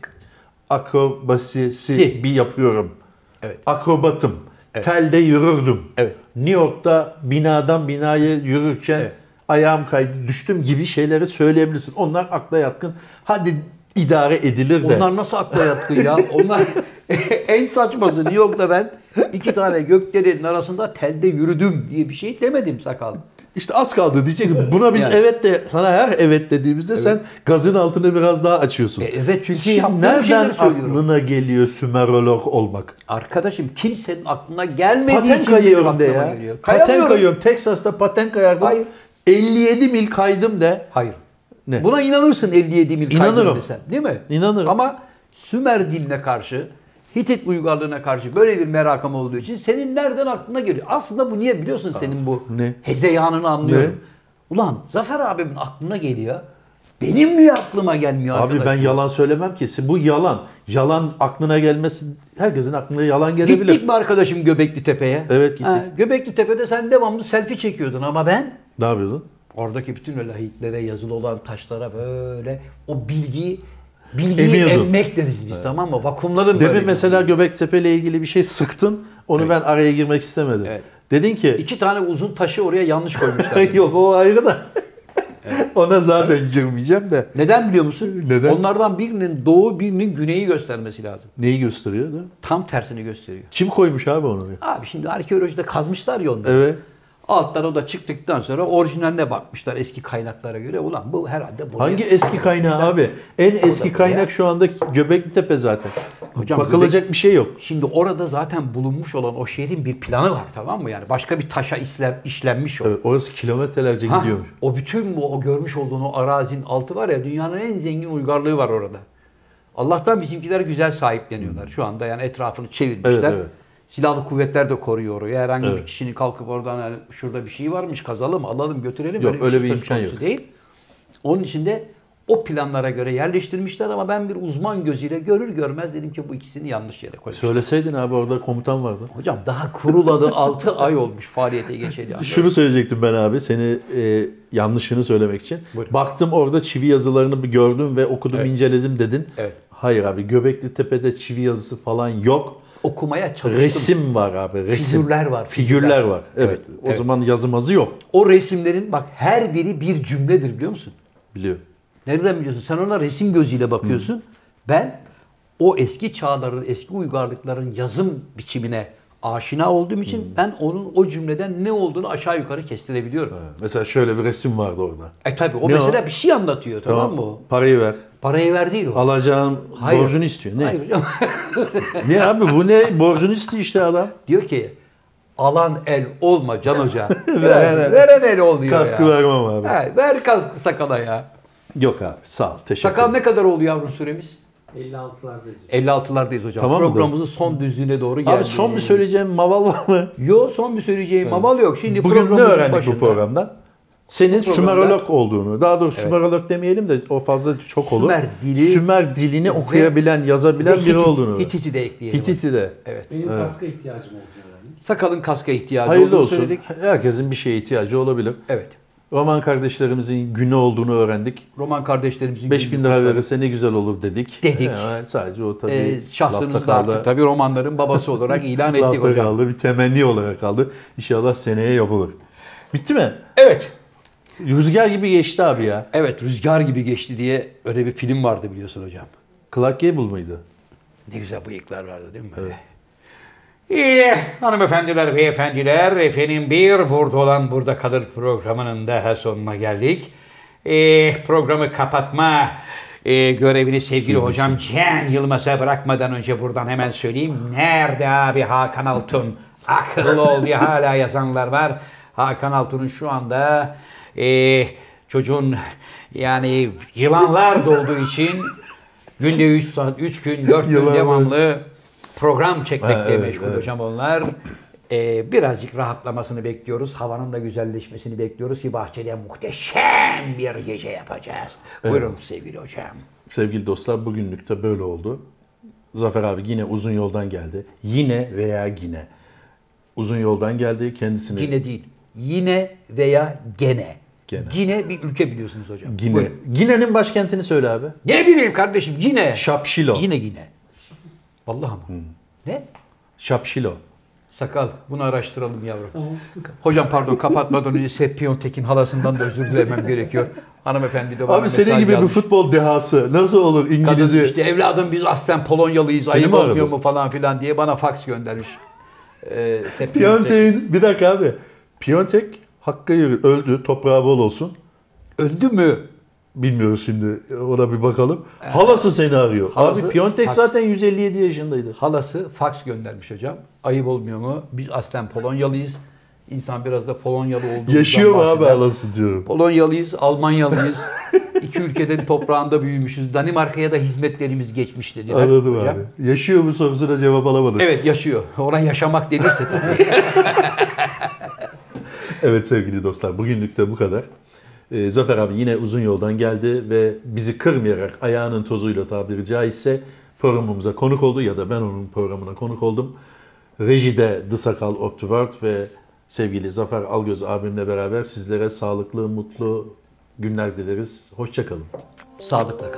B: akrobasisi
A: Si.
B: bir yapıyorum.
A: Evet.
B: Akrobatım. Telde yürürdüm.
A: Evet.
B: New York'ta binadan binaya yürürken
A: Evet.
B: ayağım kaydı, düştüm gibi şeyleri söyleyebilirsin. Onlar akla yatkın. Hadi idare edilir de.
A: Onlar nasıl akla yatkın ya? Onlar (laughs) en saçması New York'ta ben iki tane gökdelenin arasında telde yürüdüm diye bir şey demedim sakal.
B: İşte az kaldı diyeceksin. Buna biz
A: Yani.
B: evet de sana her evet dediğimizde sen gazın altını biraz daha açıyorsun.
A: E, evet, çünkü
B: Şimdi
A: yaptığım
B: nereden
A: şeyleri söylüyorum.
B: aklına geliyor Sümerolog olmak?
A: Arkadaşım kimsenin aklına gelmediği
B: Paten
A: için benim
B: kayıyorum de
A: aklıma
B: ya.
A: geliyor.
B: Paten
A: Kayamıyorum.
B: kayıyorum. Texas'ta paten kayardım.
A: Hayır.
B: 57 mil kaydım de.
A: Hayır.
B: Ne?
A: Buna inanırsın 57 mil
B: İnanırım.
A: kaydını desen. Değil mi?
B: İnanırım.
A: Ama Sümer diline karşı, Hitit uygarlığına karşı böyle bir merakım olduğu için senin nereden aklına geliyor? Aslında bu niye biliyorsun senin bu
B: Ne?
A: hezeyanını anlıyorum. Ulan Zafer abimin aklına geliyor. Benim niye aklıma gelmiyor
B: Abi ben
A: arkadaş?
B: yalan söylemem ki. Bu yalan. Yalan aklına gelmesi herkesin aklına yalan gelebilir.
A: Gittik mi arkadaşım Göbekli Tepe'ye?
B: Evet, gittik.
A: Göbekli Tepe'de sen devamlı selfie çekiyordun ama ben
B: Ne yapıyordun?
A: Oradaki bütün öyle lahitlere yazılı olan taşlara böyle o bilgiyi bilgiyi
B: Emiyordun.
A: emmek deriz biz tamam mı? Vakumladım böyle.
B: Demin mesela Göbektepe ile ilgili bir şey sıktın. Onu ben araya girmek istemedim.
A: Evet.
B: Dedin ki
A: iki tane uzun taşı oraya yanlış koymuşlar.
B: (laughs) Yok o ayrı da. (laughs) Ona zaten girmeyeceğim de.
A: Neden biliyor musun?
B: Neden?
A: Onlardan birinin doğu, birinin güneyi göstermesi lazım.
B: Neyi gösteriyor değil mi?
A: Tam tersini gösteriyor.
B: Kim koymuş abi onu?
A: Abi şimdi arkeolojide kazmışlar ya onları.
B: Evet.
A: Alttan o da çıktıktan sonra orijinaline bakmışlar eski kaynaklara göre. Ulan bu herhalde bu.
B: Hangi eski kaynağı abi? En eski kaynak şu anda Göbekli Tepe zaten.
A: Hocam,
B: Bakılacak bir şey yok.
A: Şimdi orada zaten bulunmuş olan o şehrin bir planı var tamam mı? Yani başka bir taşa işlen- işlenmiş o.
B: Evet, orası kilometrelerce
A: Ha,
B: gidiyormuş.
A: O bütün bu o görmüş olduğun o arazinin altı var ya dünyanın en zengin uygarlığı var orada. Allah'tan bizimkiler güzel sahipleniyorlar şu anda yani etrafını çevirmişler.
B: Evet, evet.
A: Silahlı kuvvetler de koruyor orayı. Herhangi
B: Evet.
A: bir kişinin kalkıp oradan yani şurada bir şey varmış kazalım alalım götürelim.
B: Yok, öyle bir
A: şey söz
B: imkan yok.
A: konusu değil. Onun için de o planlara göre yerleştirmişler ama ben bir uzman gözüyle görür görmez dedim ki bu ikisini yanlış yere koymuşlar.
B: E, Söyleseydin abi orada komutan vardı.
A: Hocam daha kuruladı 6 (laughs) ay olmuş faaliyete geçeli.
B: Şunu söyleyecektim ben abi seni e, yanlışını söylemek için.
A: Buyurun.
B: Baktım orada çivi yazılarını bir gördüm ve okudum inceledim dedin.
A: Evet.
B: Hayır abi Göbekli Tepe'de çivi yazısı falan yok.
A: okumaya çalıştım.
B: Resim var abi, resim.
A: Figürler var,
B: Figürler,
A: figürler.
B: var. Evet.
A: Evet,
B: O
A: evet.
B: zaman yazımazı yok.
A: O resimlerin bak her biri bir cümledir biliyor musun?
B: Biliyorum.
A: Nereden biliyorsun? Sen ona resim gözüyle bakıyorsun. Ben o eski çağların, eski uygarlıkların yazım biçimine aşina olduğum için
B: Hmm.
A: ben onun o cümleden ne olduğunu aşağı yukarı kestirebiliyorum.
B: Ha, Mesela şöyle bir resim vardı orada.
A: E tabi o
B: Ne
A: mesela bir şey anlatıyor tamam, mı o?
B: Parayı ver.
A: Parayı ver değil o.
B: Alacağın
A: Hayır.
B: borcunu istiyor. Ne?
A: Hayır hocam.
B: (laughs) Ne abi bu ne? Borcunu istiyor işte adam.
A: diyor ki alan el olma Can
B: (laughs)
A: Hoca.
B: Veren
A: veren,
B: el.
A: veren el ol diyor
B: Kaskı
A: ya.
B: vermem abi.
A: He, ver kaskı sakala ya.
B: Yok abi sağ ol. Teşekkür
A: Sakal
B: ederim.
A: ne kadar oldu yavrum süremiz?
E: 56'larda yazıyor.
A: 56'lardayız hocam.
B: Tamam mı?
A: Programımızın son düzlüğüne doğru geldik.
B: Abi son bir söyleyeceğim maval var mı?
A: Yo son bir söyleyeceğim aval yok. Şimdi
B: Bugün ne
A: programımızın
B: öğrendik
A: başında-
B: bu programdan? Senin
A: programda-
B: Sümerolog olduğunu, daha doğrusu Sümerolog demeyelim de o fazla çok olur.
A: Sümer dili-
B: Sümer dilini okuyabilen,
A: Bir
B: yazabilen
A: de
B: biri
A: Hitit-
B: olduğunu.
A: Hitit'i de ekleyelim.
B: Hititi de.
A: Evet.
E: Benim kaska ihtiyacım olduğunu öğrendim.
A: Sakalın kaska ihtiyacı
B: Hayırlı
A: olduğunu
B: olsun.
A: söyledik.
B: Herkesin bir şeye ihtiyacı olabilir.
A: Evet.
B: Roman kardeşlerimizin günü olduğunu öğrendik.
A: Roman kardeşlerimizin
B: 5000 lira verirse ne güzel olur dedik.
A: Dedik.
B: Evet, sadece o tabii
A: e,
B: lafta
A: şahsınızda
B: kaldı.
A: artık tabii romanların babası olarak
B: (laughs)
A: ilan ettik
B: Lafta
A: hocam.
B: kaldı. Bir temenni olarak kaldı. İnşallah seneye yapılır. Bitti mi?
A: Evet.
B: Rüzgar gibi geçti abi ya.
A: Evet Rüzgar gibi geçti diye öyle bir film vardı biliyorsun hocam.
B: Clark Gable mıydı?
A: Ne güzel bıyıklar vardı değil mi? böyle?
D: İyi hanımefendiler, beyefendiler. Efendim bir burada olan burada kalır programının daha sonuna geldik. Ee, programı kapatma e, görevini sevgili hocam Cem Yılmaz'a bırakmadan önce buradan hemen söyleyeyim. Nerede abi Hakan Altun? Akıllı ol diye hala yazanlar var. Hakan Altun'un şu anda e, çocuğun yani yılanlar dolduğu için günde 3 saat, 3 gün, 4 gün
B: Yılanlar.
D: devamlı program çekmekte
B: Ha, evet,
D: meşgul
B: evet.
D: hocam onlar. Ee, birazcık rahatlamasını bekliyoruz. Havanın da güzelleşmesini bekliyoruz ki bahçede muhteşem bir gece yapacağız. Buyurun sevgili hocam.
B: Sevgili dostlar bugünlük de böyle oldu. Zafer abi yine uzun yoldan geldi. Yine veya yine. Uzun yoldan geldi kendisini.
A: Yine değil. Yine veya gene.
B: Gene.
A: Yine bir ülke biliyorsunuz hocam.
B: Gine.
A: Buyurun.
B: Gine'nin başkentini söyle abi.
A: Ne bileyim kardeşim yine.
B: Şapşilo.
A: Yine yine. Vallahi
B: Hmm.
A: mı? Ne?
B: Şapşilo.
A: Sakal bunu araştıralım yavrum.
E: Tamam.
A: Hocam pardon kapatmadan önce Seppiyon Tekin halasından da özür dilemem
B: (laughs)
A: gerekiyor. Hanımefendi de bana
B: Abi senin
A: mesaj
B: gibi bir
A: yazmış.
B: futbol dehası nasıl olur
A: Kadın
B: İngiliz'i?
A: işte evladım biz aslen Polonyalıyız
B: Seni
A: ayıp
B: mi aradı?
A: olmuyor mu falan filan diye bana faks göndermiş. Ee, Seppiyon Tekin.
B: Piontek'in bir dakika abi. Piontek Hakk'a yürü- öldü. Toprağı bol olsun.
A: Öldü mü?
B: Bilmiyoruz şimdi. Ona bir bakalım. Halası seni arıyor.
A: Halası-
B: abi Piontek
A: Hak-
B: zaten 157 yaşındaydı.
A: Halası faks göndermiş hocam. Ayıp olmuyor mu? Biz aslen Polonyalıyız. İnsan biraz da Polonyalı olduğumuzdan
B: Yaşıyor mu abi
A: bahseder.
B: halası diyorum.
A: Polonyalıyız, Almanyalıyız. İki ülkenin toprağında büyümüşüz. Danimarka'ya da hizmetlerimiz geçmiş dediler.
B: Anladım
A: hocam.
B: abi. Yaşıyor mu sorusuna cevap alamadım. Evet.
A: Evet yaşıyor. Ona yaşamak denirse tabii.
B: (laughs) sevgili dostlar bugünlük de bu kadar. Ee, Zafer abi yine uzun yoldan geldi ve bizi kırmayarak ayağının tozuyla tabiri caizse programımıza konuk oldu ya da ben onun programına konuk oldum. Rejide The Sakal of the World ve sevgili Zafer Algöz abimle beraber sizlere sağlıklı, mutlu günler dileriz. Hoşçakalın.
A: Sağlıkla kalın.